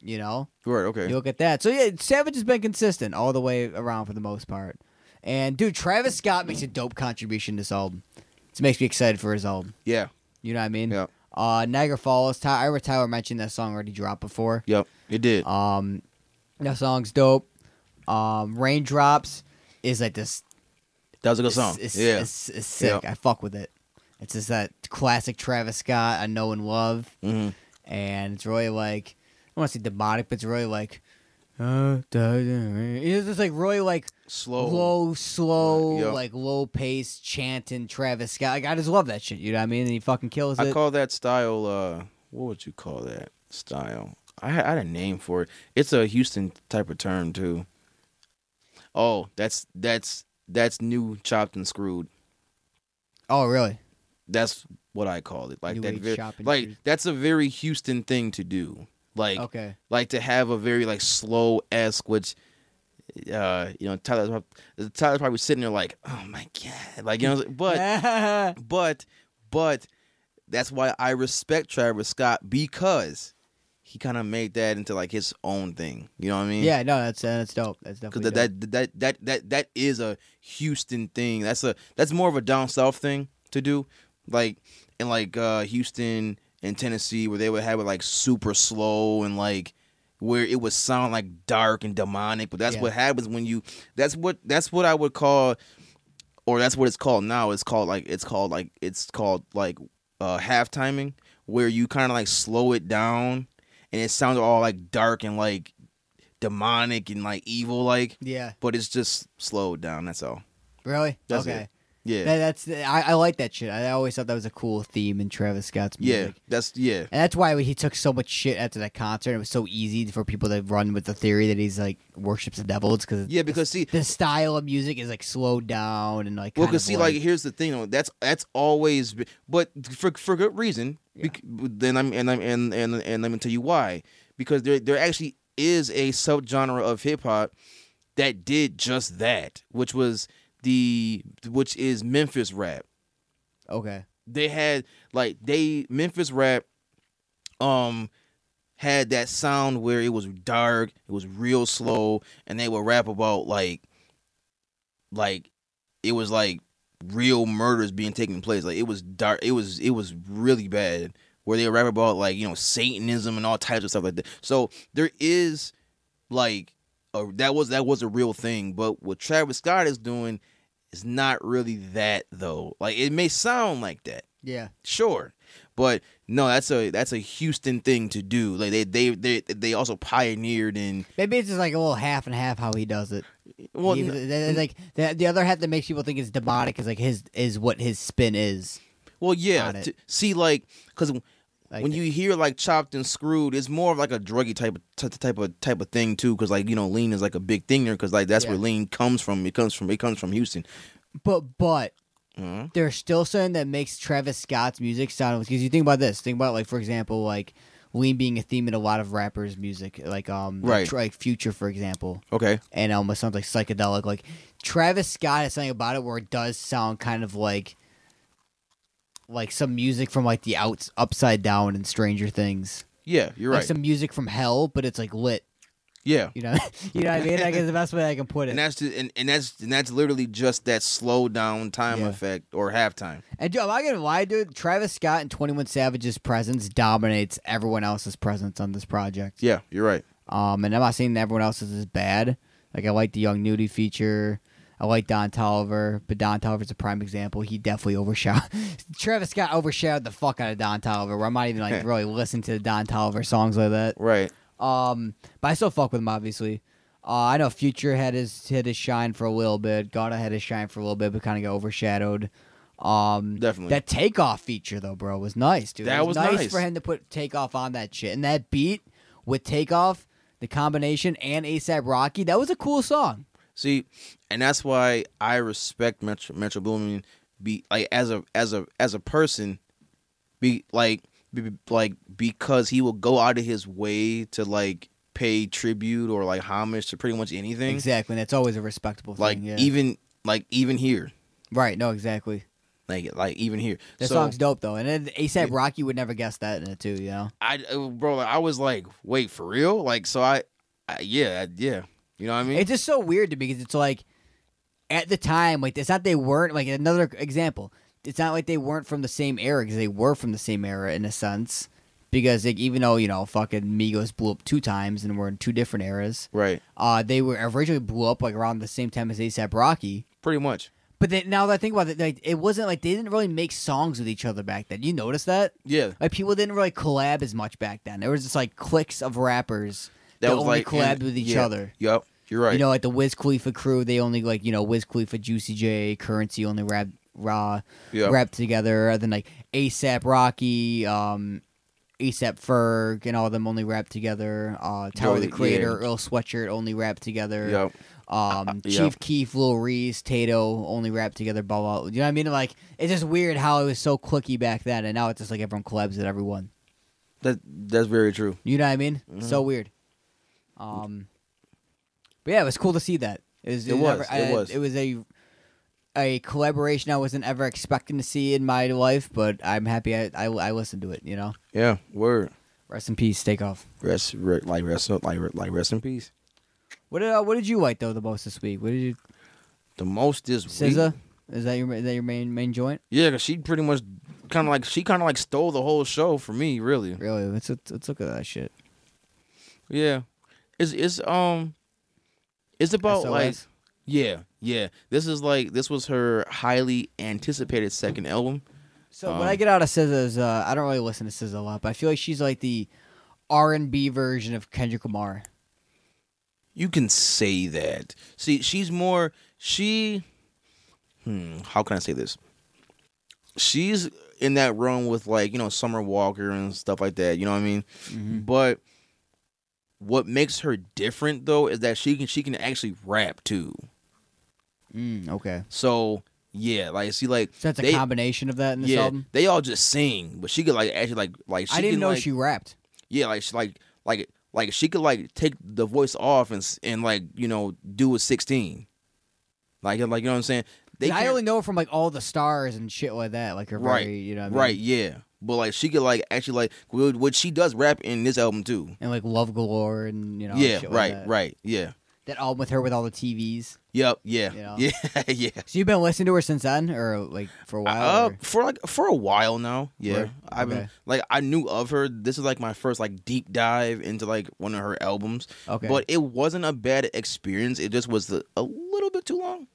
Speaker 2: You know,
Speaker 1: Word, okay.
Speaker 2: you look at that. So yeah, Savage has been consistent all the way around for the most part. And dude, Travis Scott makes a dope contribution to this album. It makes me excited for his album.
Speaker 1: Yeah.
Speaker 2: You know what I mean?
Speaker 1: Yep.
Speaker 2: Uh, Niagara Falls. Ty- I remember Tyler mentioned that song already dropped before.
Speaker 1: Yep. It did.
Speaker 2: Um, that song's dope. Um, Raindrops is like this.
Speaker 1: that was a good
Speaker 2: It's,
Speaker 1: song.
Speaker 2: It's,
Speaker 1: yeah.
Speaker 2: it's, it's sick.
Speaker 1: Yeah.
Speaker 2: I fuck with it. It's just that classic Travis Scott I know and love,
Speaker 1: Mhm.
Speaker 2: and it's really like I want to say demonic, but it's really like. uh, da- da- It's just like really like
Speaker 1: Slow.
Speaker 2: low, slow,
Speaker 1: Oh. Yeah.
Speaker 2: like low pace chanting Travis Scott. Like, I just love that shit. You know what I mean? And he fucking kills
Speaker 1: I
Speaker 2: it.
Speaker 1: call that style. Uh, what would you call that style? I had, I had a name for it. It's a Houston type of term too. Oh, that's that's that's new chopped and screwed.
Speaker 2: oh, really?
Speaker 1: That's what I call it. Like
Speaker 2: New
Speaker 1: that.
Speaker 2: age
Speaker 1: ve-
Speaker 2: chopped and
Speaker 1: like
Speaker 2: screwed.
Speaker 1: that's a very Houston thing to do. Like
Speaker 2: Okay.
Speaker 1: like to have a very like slow esque, which uh you know Tyler's probably, Tyler's probably sitting there like oh my god like
Speaker 2: [LAUGHS]
Speaker 1: you know but but but that's why I respect Travis Scott because he kind of made that into like his own thing. You know what I mean?
Speaker 2: yeah, no, that's uh, that's dope. That's
Speaker 1: Because
Speaker 2: definitely
Speaker 1: that, that
Speaker 2: dope.
Speaker 1: that that that that is a Houston thing. That's a that's more of a down south thing to do. Like in like uh Houston and Tennessee where they would have it like super slow and like where it would sound like dark and demonic, but that's
Speaker 2: Yeah.
Speaker 1: what happens when you that's what that's what I would call or that's what it's called now. It's called like it's called like it's called like uh half timing where you kind of like slow it down and it sounds all like dark and like demonic and like evil like
Speaker 2: yeah,
Speaker 1: but it's just slowed down that's all
Speaker 2: really?
Speaker 1: That's
Speaker 2: okay.
Speaker 1: it. yeah
Speaker 2: That, that's I, I like that shit. I always thought that was a cool theme in Travis Scott's
Speaker 1: yeah
Speaker 2: music.
Speaker 1: that's yeah
Speaker 2: And that's why he took so much shit after that concert. It was so easy for people to run with the theory that he's like worships the devil. It's because
Speaker 1: yeah because see
Speaker 2: the style of music is like slowed down and like
Speaker 1: well
Speaker 2: kind
Speaker 1: because
Speaker 2: of,
Speaker 1: see like here's the thing though that's that's always be- but for for good reason bec- then i'm and i'm and, and and let me tell you why because there there actually is a subgenre of hip-hop that did just that which was the which is memphis rap
Speaker 2: okay,
Speaker 1: they had like they Memphis rap um had that sound where it was dark, it was real slow, and they would rap about like like it was like real murders being taking place. Like it was dark it was it was really bad. Where they would rap about like, you know, Satanism and all types of stuff like that. So there is like a, that was that was a real thing. But what Travis Scott is doing is not really that though. Like it may sound like that,
Speaker 2: yeah,
Speaker 1: sure, but no, that's a that's a Houston thing to do. Like they they they they also pioneered in
Speaker 2: maybe it's just like a little half and half how he does it.
Speaker 1: well,
Speaker 2: He-
Speaker 1: n-
Speaker 2: th- th- like the, the other half that makes people think it's demonic is like his is what his spin is.
Speaker 1: well, yeah.
Speaker 2: got it.
Speaker 1: t- see, like because
Speaker 2: Like,
Speaker 1: when you hear like chopped and screwed, it's more of like a druggy type of t- type of type of thing too. Because like you know, lean is like a big thing there. Because like that's
Speaker 2: Yeah.
Speaker 1: where lean comes from. It comes from it comes from Houston.
Speaker 2: but but
Speaker 1: Mhm.
Speaker 2: there's still something that makes Travis Scott's music sound because you think about this. Think about like for example, like lean being a theme in a lot of rappers' music, like um like,
Speaker 1: Right.
Speaker 2: tr- like Future for example,
Speaker 1: Okay,
Speaker 2: and um it sounds like psychedelic. Like Travis Scott has something about it where it does sound kind of like like some music from like the outs upside down and Stranger Things.
Speaker 1: Yeah, you're
Speaker 2: like
Speaker 1: right.
Speaker 2: some music from hell, but it's like lit. [LAUGHS]
Speaker 1: yeah,
Speaker 2: You know, you know what I mean? I guess the best way I can put it.
Speaker 1: and that's just, and, and that's and that's literally just that slow down time
Speaker 2: Yeah.
Speaker 1: effect or halftime.
Speaker 2: And dude, am I gonna lie, dude? Travis Scott and Twenty One Savage's presence dominates everyone else's presence on this project.
Speaker 1: Yeah, you're right.
Speaker 2: Um, and I'm not saying that everyone else's is bad. Like I like the Young Nudie feature. I like Don Tolliver, but Don Tolliver's a prime example. He definitely overshadowed. [LAUGHS] Travis Scott overshadowed the fuck out of Don Tolliver. Where I'm not even like really listening to the Don Tolliver songs like that.
Speaker 1: Right.
Speaker 2: Um, but I still fuck with him, obviously. Uh, I know Future had his had his shine for a little bit. Gotta had his shine for a little bit, but kind of got overshadowed. Um,
Speaker 1: Definitely.
Speaker 2: that takeoff feature though, bro, was nice, dude.
Speaker 1: That
Speaker 2: it
Speaker 1: was
Speaker 2: nice,
Speaker 1: nice.
Speaker 2: for him to put takeoff on that shit and that beat with takeoff, the combination and ASAP Rocky. That was a cool song.
Speaker 1: See, and that's why I respect Metro Metro Boomin be like as a as a as a person be like be, like because he will go out of his way to like pay tribute or like homage to pretty much anything.
Speaker 2: Exactly, and that's always a respectable
Speaker 1: Like
Speaker 2: thing. Yeah.
Speaker 1: even like even here.
Speaker 2: right, no, exactly.
Speaker 1: Like like even here.
Speaker 2: That
Speaker 1: so
Speaker 2: song's dope though, and then ASAP Rocky would never guess that in it too. You know,
Speaker 1: I uh, bro like, I was like, "Wait, for real?" Like so I, I yeah, I- yeah. You know what I mean?
Speaker 2: It's just so weird to me because it's like at the time, like it's not they weren't like another example. It's not like they weren't from the same era because they were from the same era in a sense. Because like even though you know fucking Migos blew up two times and were in two different eras,
Speaker 1: right.
Speaker 2: uh, they were originally blew up like around the same time as ASAP Rocky.
Speaker 1: Pretty much.
Speaker 2: But then now that I think about it, like it wasn't like they didn't really make songs with each other back then. You notice that?
Speaker 1: Yeah.
Speaker 2: Like people didn't really collab as much back then. There was just like cliques of rappers
Speaker 1: That
Speaker 2: that,
Speaker 1: was
Speaker 2: only
Speaker 1: like
Speaker 2: collabed
Speaker 1: and-
Speaker 2: with each
Speaker 1: yeah,
Speaker 2: other.
Speaker 1: Yep. You're right.
Speaker 2: You know, like the Wiz Khalifa crew, they only like you know Wiz Khalifa, Juicy J, Currency only rap raw
Speaker 1: Yeah.
Speaker 2: rap together. Other than like ASAP Rocky, um, ASAP Ferg, and all of them only rap together. Uh, Tower
Speaker 1: Yo,
Speaker 2: the
Speaker 1: yeah.
Speaker 2: Creator, Earl Sweatshirt only rap together.
Speaker 1: Yep.
Speaker 2: Um,
Speaker 1: yeah.
Speaker 2: Chief Keef, Lil Reese, Tato only rap together. Blah blah. You know what I mean? Like it's just weird how it was so clicky back then, and now it's just like everyone collabs with everyone.
Speaker 1: That that's very true.
Speaker 2: You know what I mean? So
Speaker 1: Mm-hmm.
Speaker 2: weird. Um, but yeah, it was cool to see that. It was.
Speaker 1: It
Speaker 2: never-
Speaker 1: was, it
Speaker 2: I-
Speaker 1: was.
Speaker 2: It was a a collaboration I wasn't ever expecting to see in my life, but I'm happy I I, I listened to it. You know,
Speaker 1: Yeah. Word.
Speaker 2: rest in peace, takeoff.
Speaker 1: Rest re, like rest like re- like rest in peace.
Speaker 2: What did uh, What did you like though the most this week? What did you
Speaker 1: The most this week.
Speaker 2: SZA? Is that your is that your main main joint?
Speaker 1: Yeah, 'cause she pretty much kind of like she kind of like stole the whole show for me, really.
Speaker 2: Really? Let's let's let's look at that shit.
Speaker 1: Yeah. It's it's um it's about like
Speaker 2: SOS.
Speaker 1: yeah, yeah. This is like this was her highly anticipated second album.
Speaker 2: So what
Speaker 1: Um,
Speaker 2: I get out of SZA is uh, I don't really listen to SZA a lot, but I feel like she's like the R and B version of Kendrick Lamar.
Speaker 1: You can say that. See, she's more she hmm, how can I say this? She's in that run with like, you know, Summer Walker and stuff like that, you know what I mean?
Speaker 2: Mm-hmm.
Speaker 1: But what makes her different though is that she can she can actually rap too.
Speaker 2: Mm, okay.
Speaker 1: So yeah, like see like
Speaker 2: So that's a
Speaker 1: they,
Speaker 2: combination of that in this
Speaker 1: yeah,
Speaker 2: album.
Speaker 1: they all just sing, but she could like actually like like she
Speaker 2: I didn't
Speaker 1: can,
Speaker 2: know
Speaker 1: like,
Speaker 2: she rapped.
Speaker 1: yeah like she like like like she could like take the voice off and s- and like you know do a sixteen, like like you know what I'm saying. They
Speaker 2: I
Speaker 1: can't-
Speaker 2: only know her from like all the stars and shit like that. Like her very, you know, what I mean?
Speaker 1: right yeah, but like she could like actually like what what she does rap in this album too.
Speaker 2: And like Love Galore and you know,
Speaker 1: yeah,
Speaker 2: shit like
Speaker 1: right,
Speaker 2: that.
Speaker 1: right, yeah,
Speaker 2: That album with her with all the TVs.
Speaker 1: yep, yeah,
Speaker 2: You know?
Speaker 1: [LAUGHS] yeah, yeah.
Speaker 2: So you've been listening to her since then, or like for a while?
Speaker 1: Uh,
Speaker 2: or-
Speaker 1: for like for a while now. Yeah,
Speaker 2: Right.
Speaker 1: I've been
Speaker 2: Okay.
Speaker 1: like I knew of her. This is like my first like deep dive into like one of her albums.
Speaker 2: Okay.
Speaker 1: uh, but it wasn't a bad experience. It just was a, a little bit too long.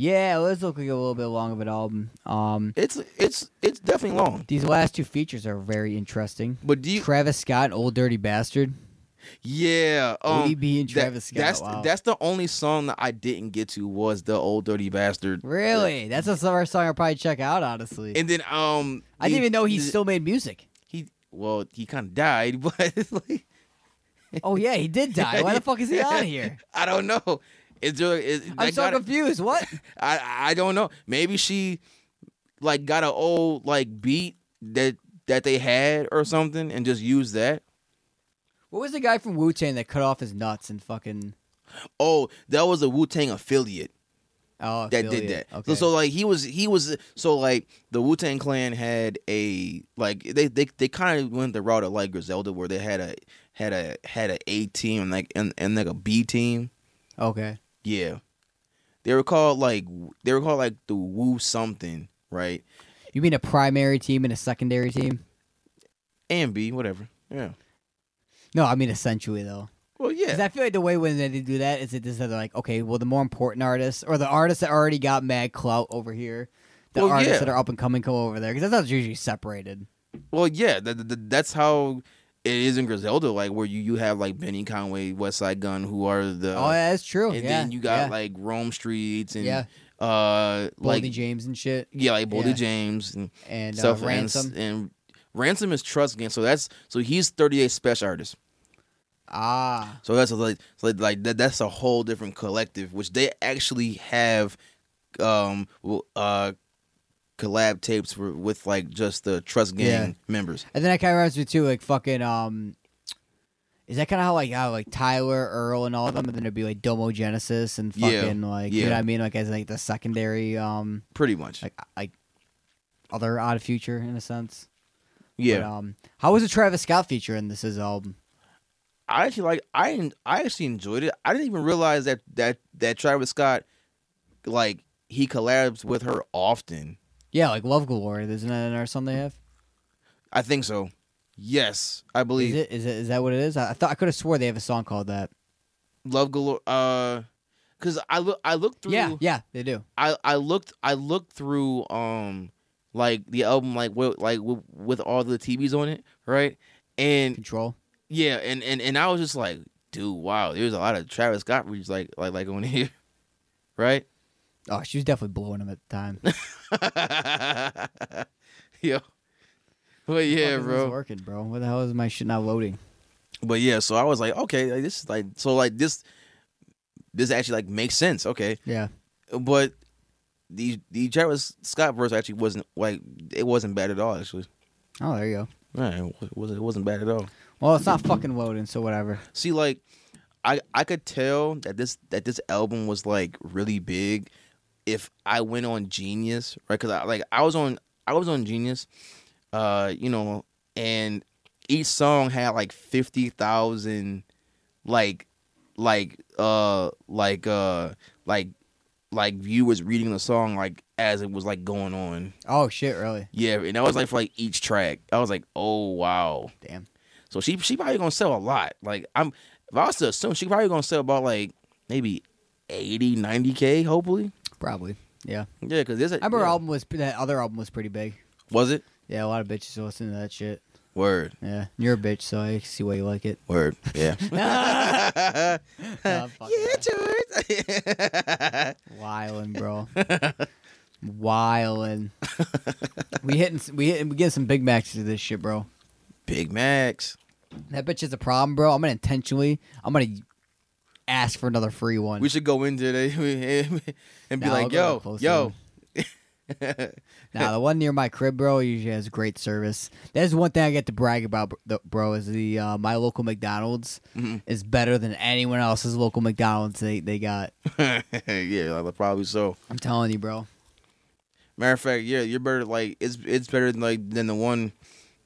Speaker 2: yeah, it does look like a little bit long of an album. Um,
Speaker 1: It's it's it's definitely long.
Speaker 2: these last two features are very interesting.
Speaker 1: But do you?
Speaker 2: Travis Scott, and Old Dirty Bastard.
Speaker 1: Yeah. Um,
Speaker 2: ODB and
Speaker 1: that-
Speaker 2: Travis Scott.
Speaker 1: That's
Speaker 2: wow.
Speaker 1: that's the only song that I didn't get to was the old dirty bastard.
Speaker 2: really that's the first song I probably check out. Honestly,
Speaker 1: And then um,
Speaker 2: I didn't
Speaker 1: the-
Speaker 2: even know he
Speaker 1: the-
Speaker 2: still made music.
Speaker 1: he well he kind of died, [LAUGHS] but it's like
Speaker 2: Oh yeah, he did
Speaker 1: [LAUGHS]
Speaker 2: die. Why the fuck is he on here?
Speaker 1: I don't know. It's really it,
Speaker 2: I'm
Speaker 1: that
Speaker 2: so
Speaker 1: gotta-
Speaker 2: confused. What?
Speaker 1: [LAUGHS] I I don't know. Maybe she like got an old like beat that that they had or something and just used that.
Speaker 2: What was the guy from Wu Tang that cut off his nuts and fucking?
Speaker 1: Oh, that was a Wu Tang affiliate.
Speaker 2: Oh,
Speaker 1: that did
Speaker 2: affiliate.
Speaker 1: that. So-
Speaker 2: Okay.
Speaker 1: So, like he was he was so like the Wu Tang Clan had a like they they, they kind of went the route of like Griselda where they had a had a had a A team and like and, and like a B team.
Speaker 2: Okay.
Speaker 1: Yeah, they were called like they were called like the Wu something right
Speaker 2: You mean a primary team and a secondary team?
Speaker 1: and B whatever. Yeah.
Speaker 2: No, I mean essentially though.
Speaker 1: Well, yeah.
Speaker 2: Because I feel like the way when they do that is it just they're like, okay, well, the more important artists or the artists that already got mad clout over here, the
Speaker 1: Well,
Speaker 2: artists
Speaker 1: yeah.
Speaker 2: that are up and coming go over there because that's how it's usually separated.
Speaker 1: Well, yeah, that, that, that's how it is in Griselda, like where you, you have like Benny Conway, West Side Gun, who are the
Speaker 2: oh, yeah, that's true.
Speaker 1: Uh, and
Speaker 2: yeah,
Speaker 1: then you got
Speaker 2: yeah.
Speaker 1: like Rome Streets and
Speaker 2: Yeah.
Speaker 1: uh
Speaker 2: Boldy
Speaker 1: like
Speaker 2: James and shit
Speaker 1: yeah like Boldy
Speaker 2: Yeah.
Speaker 1: James and,
Speaker 2: and uh,
Speaker 1: stuff and s-
Speaker 2: Ransom.
Speaker 1: and, Ransom is Trust Gang, so that's so he's thirty eight special artist.
Speaker 2: Ah,
Speaker 1: So that's like so like, like that, that's a whole different collective, which they actually have um w- uh collab tapes for, with like just the Trust Gang
Speaker 2: Yeah.
Speaker 1: members.
Speaker 2: and then that kind of reminds me too, like fucking um. Is that kind of how like how like Tyler Earl and all of them, and then it'd be like Domo Genesis and
Speaker 1: Yeah,
Speaker 2: fucking like you
Speaker 1: yeah.
Speaker 2: know what I mean, like as like the secondary um
Speaker 1: Pretty much.
Speaker 2: like like other Odd Future in a sense.
Speaker 1: yeah.
Speaker 2: But, um, how was the Travis Scott feature in this his album?
Speaker 1: I actually like I en- I actually enjoyed it. I didn't even realize that that that Travis Scott like he collabs with her often.
Speaker 2: Yeah, like Love Glory, isn't that in our song they have?
Speaker 1: I think so. Yes, I
Speaker 2: Is
Speaker 1: believe
Speaker 2: it is it is that what it is? I, I thought I could have swore they have a song called that.
Speaker 1: Love Galore uh cuz I look I looked through
Speaker 2: Yeah, yeah, they do.
Speaker 1: I I looked I looked through um like the album like what like with, with all the TVs on it, right? And
Speaker 2: Control.
Speaker 1: yeah, and and and I was just like, dude, wow, there's a lot of Travis Scott reads like like like on [LAUGHS] here. Right? [LAUGHS]
Speaker 2: Oh, she was definitely blowing him at the time.
Speaker 1: Yo. But yeah,
Speaker 2: Fuck, this
Speaker 1: bro.
Speaker 2: is working, bro. What the hell is my shit not loading?
Speaker 1: But yeah, so I was like, okay, like, this is like so like this this actually like makes sense, okay.
Speaker 2: Yeah,
Speaker 1: But the the Travis Scott verse actually wasn't like it wasn't bad at all actually.
Speaker 2: oh, there you go.
Speaker 1: Yeah, it wasn't it wasn't bad at all.
Speaker 2: Well, it's not fucking loading, so whatever.
Speaker 1: See, like I I could tell that this that this album was like really big if I went on Genius, right? Because I like I was on I was on Genius, uh, you know, and each song had like fifty thousand, like, like uh, like uh, like like viewers reading the song like as it was like going on.
Speaker 2: Oh shit, really?
Speaker 1: Yeah, and that was like for like each track. I was like, oh wow.
Speaker 2: Damn.
Speaker 1: So she she probably gonna sell a lot. Like I'm if I was to assume she probably gonna sell about like maybe 80, 90 k hopefully.
Speaker 2: Probably. Yeah.
Speaker 1: Yeah, because there's a
Speaker 2: I remember
Speaker 1: yeah.
Speaker 2: album was that other album was pretty big.
Speaker 1: was it
Speaker 2: Yeah, a lot of bitches listening to that shit.
Speaker 1: word
Speaker 2: Yeah, you're a bitch, so I see why you like it.
Speaker 1: word yeah yeah
Speaker 2: Nah, fuck that.
Speaker 1: George
Speaker 2: Wildin', bro. Wildin'. we hitting, we hitting, we getting some big matches of this shit, bro.
Speaker 1: [LAUGHS] Big Macs
Speaker 2: That bitch is a problem, bro. I'm gonna intentionally, I'm gonna ask for another free one.
Speaker 1: we should go in today [LAUGHS] and be
Speaker 2: Nah, I'll
Speaker 1: like
Speaker 2: go to a
Speaker 1: yo
Speaker 2: closer
Speaker 1: yo
Speaker 2: one. Nah, the one near my crib, bro, usually has great service. That's one thing I get to brag about, br- the- bro. Is the uh, my local McDonald's
Speaker 1: Mhm.
Speaker 2: is better than anyone else's local McDonald's they they got.
Speaker 1: [LAUGHS] yeah like, probably so
Speaker 2: I'm telling
Speaker 1: [LAUGHS]
Speaker 2: you, bro.
Speaker 1: matter of fact yeah you're better like it's it's better than like than the one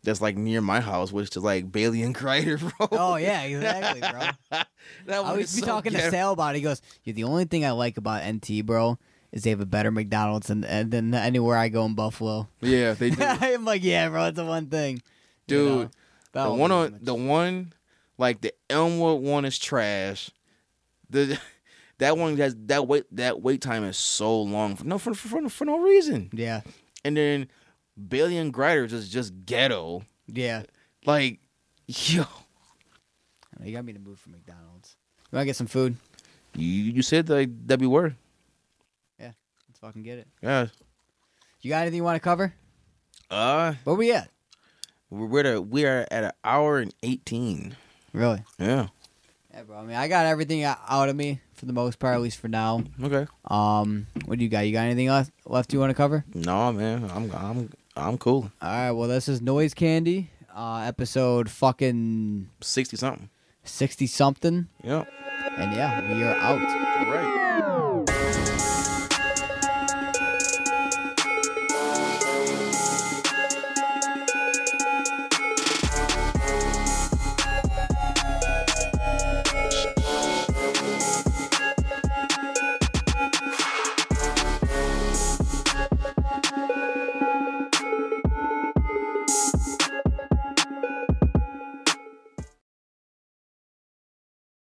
Speaker 1: that's like near my house which is like Bailey and Kreider [LAUGHS] bro
Speaker 2: Oh yeah,
Speaker 1: [LAUGHS]
Speaker 2: exactly, bro.
Speaker 1: That
Speaker 2: I
Speaker 1: one
Speaker 2: always
Speaker 1: is
Speaker 2: be
Speaker 1: so
Speaker 2: talking
Speaker 1: ghetto.
Speaker 2: to Sal about it. He goes, "Yeah, the only thing I like about NT, bro, is they have a better McDonald's than uh, than anywhere I go in Buffalo." [LAUGHS]
Speaker 1: Yeah, they do.
Speaker 2: I'm like, "Yeah, bro, it's the one thing, You
Speaker 1: Dude,
Speaker 2: know, that
Speaker 1: the
Speaker 2: won't
Speaker 1: one
Speaker 2: be
Speaker 1: on
Speaker 2: much.
Speaker 1: the one like the Elmwood one is trash. The [LAUGHS] that one has that wait that wait time is so long for no for for, for, for no reason.
Speaker 2: yeah,
Speaker 1: And then Bailey and Grinders is just ghetto.
Speaker 2: yeah."
Speaker 1: Like [LAUGHS] yo,
Speaker 2: You got me to move for McDonald's. You want to get some food?
Speaker 1: you you said like that be word.
Speaker 2: Let's fucking get it.
Speaker 1: Yeah.
Speaker 2: You got anything you want to cover?
Speaker 1: Uh,
Speaker 2: Where we at?
Speaker 1: we're we're at a- we are at an hour and eighteen.
Speaker 2: Really?
Speaker 1: Yeah.
Speaker 2: Yeah, bro. I mean, I got everything o- out of me for the most part, at least for now.
Speaker 1: Okay.
Speaker 2: Um, what do you got? You got anything left left you want to cover?
Speaker 1: No, man, I'm I'm I'm cool.
Speaker 2: All right. Well, this is Noise Candy, uh, episode fucking
Speaker 1: Sixty something.
Speaker 2: 60 something.
Speaker 1: Yeah.
Speaker 2: And yeah, we are out.
Speaker 1: All right.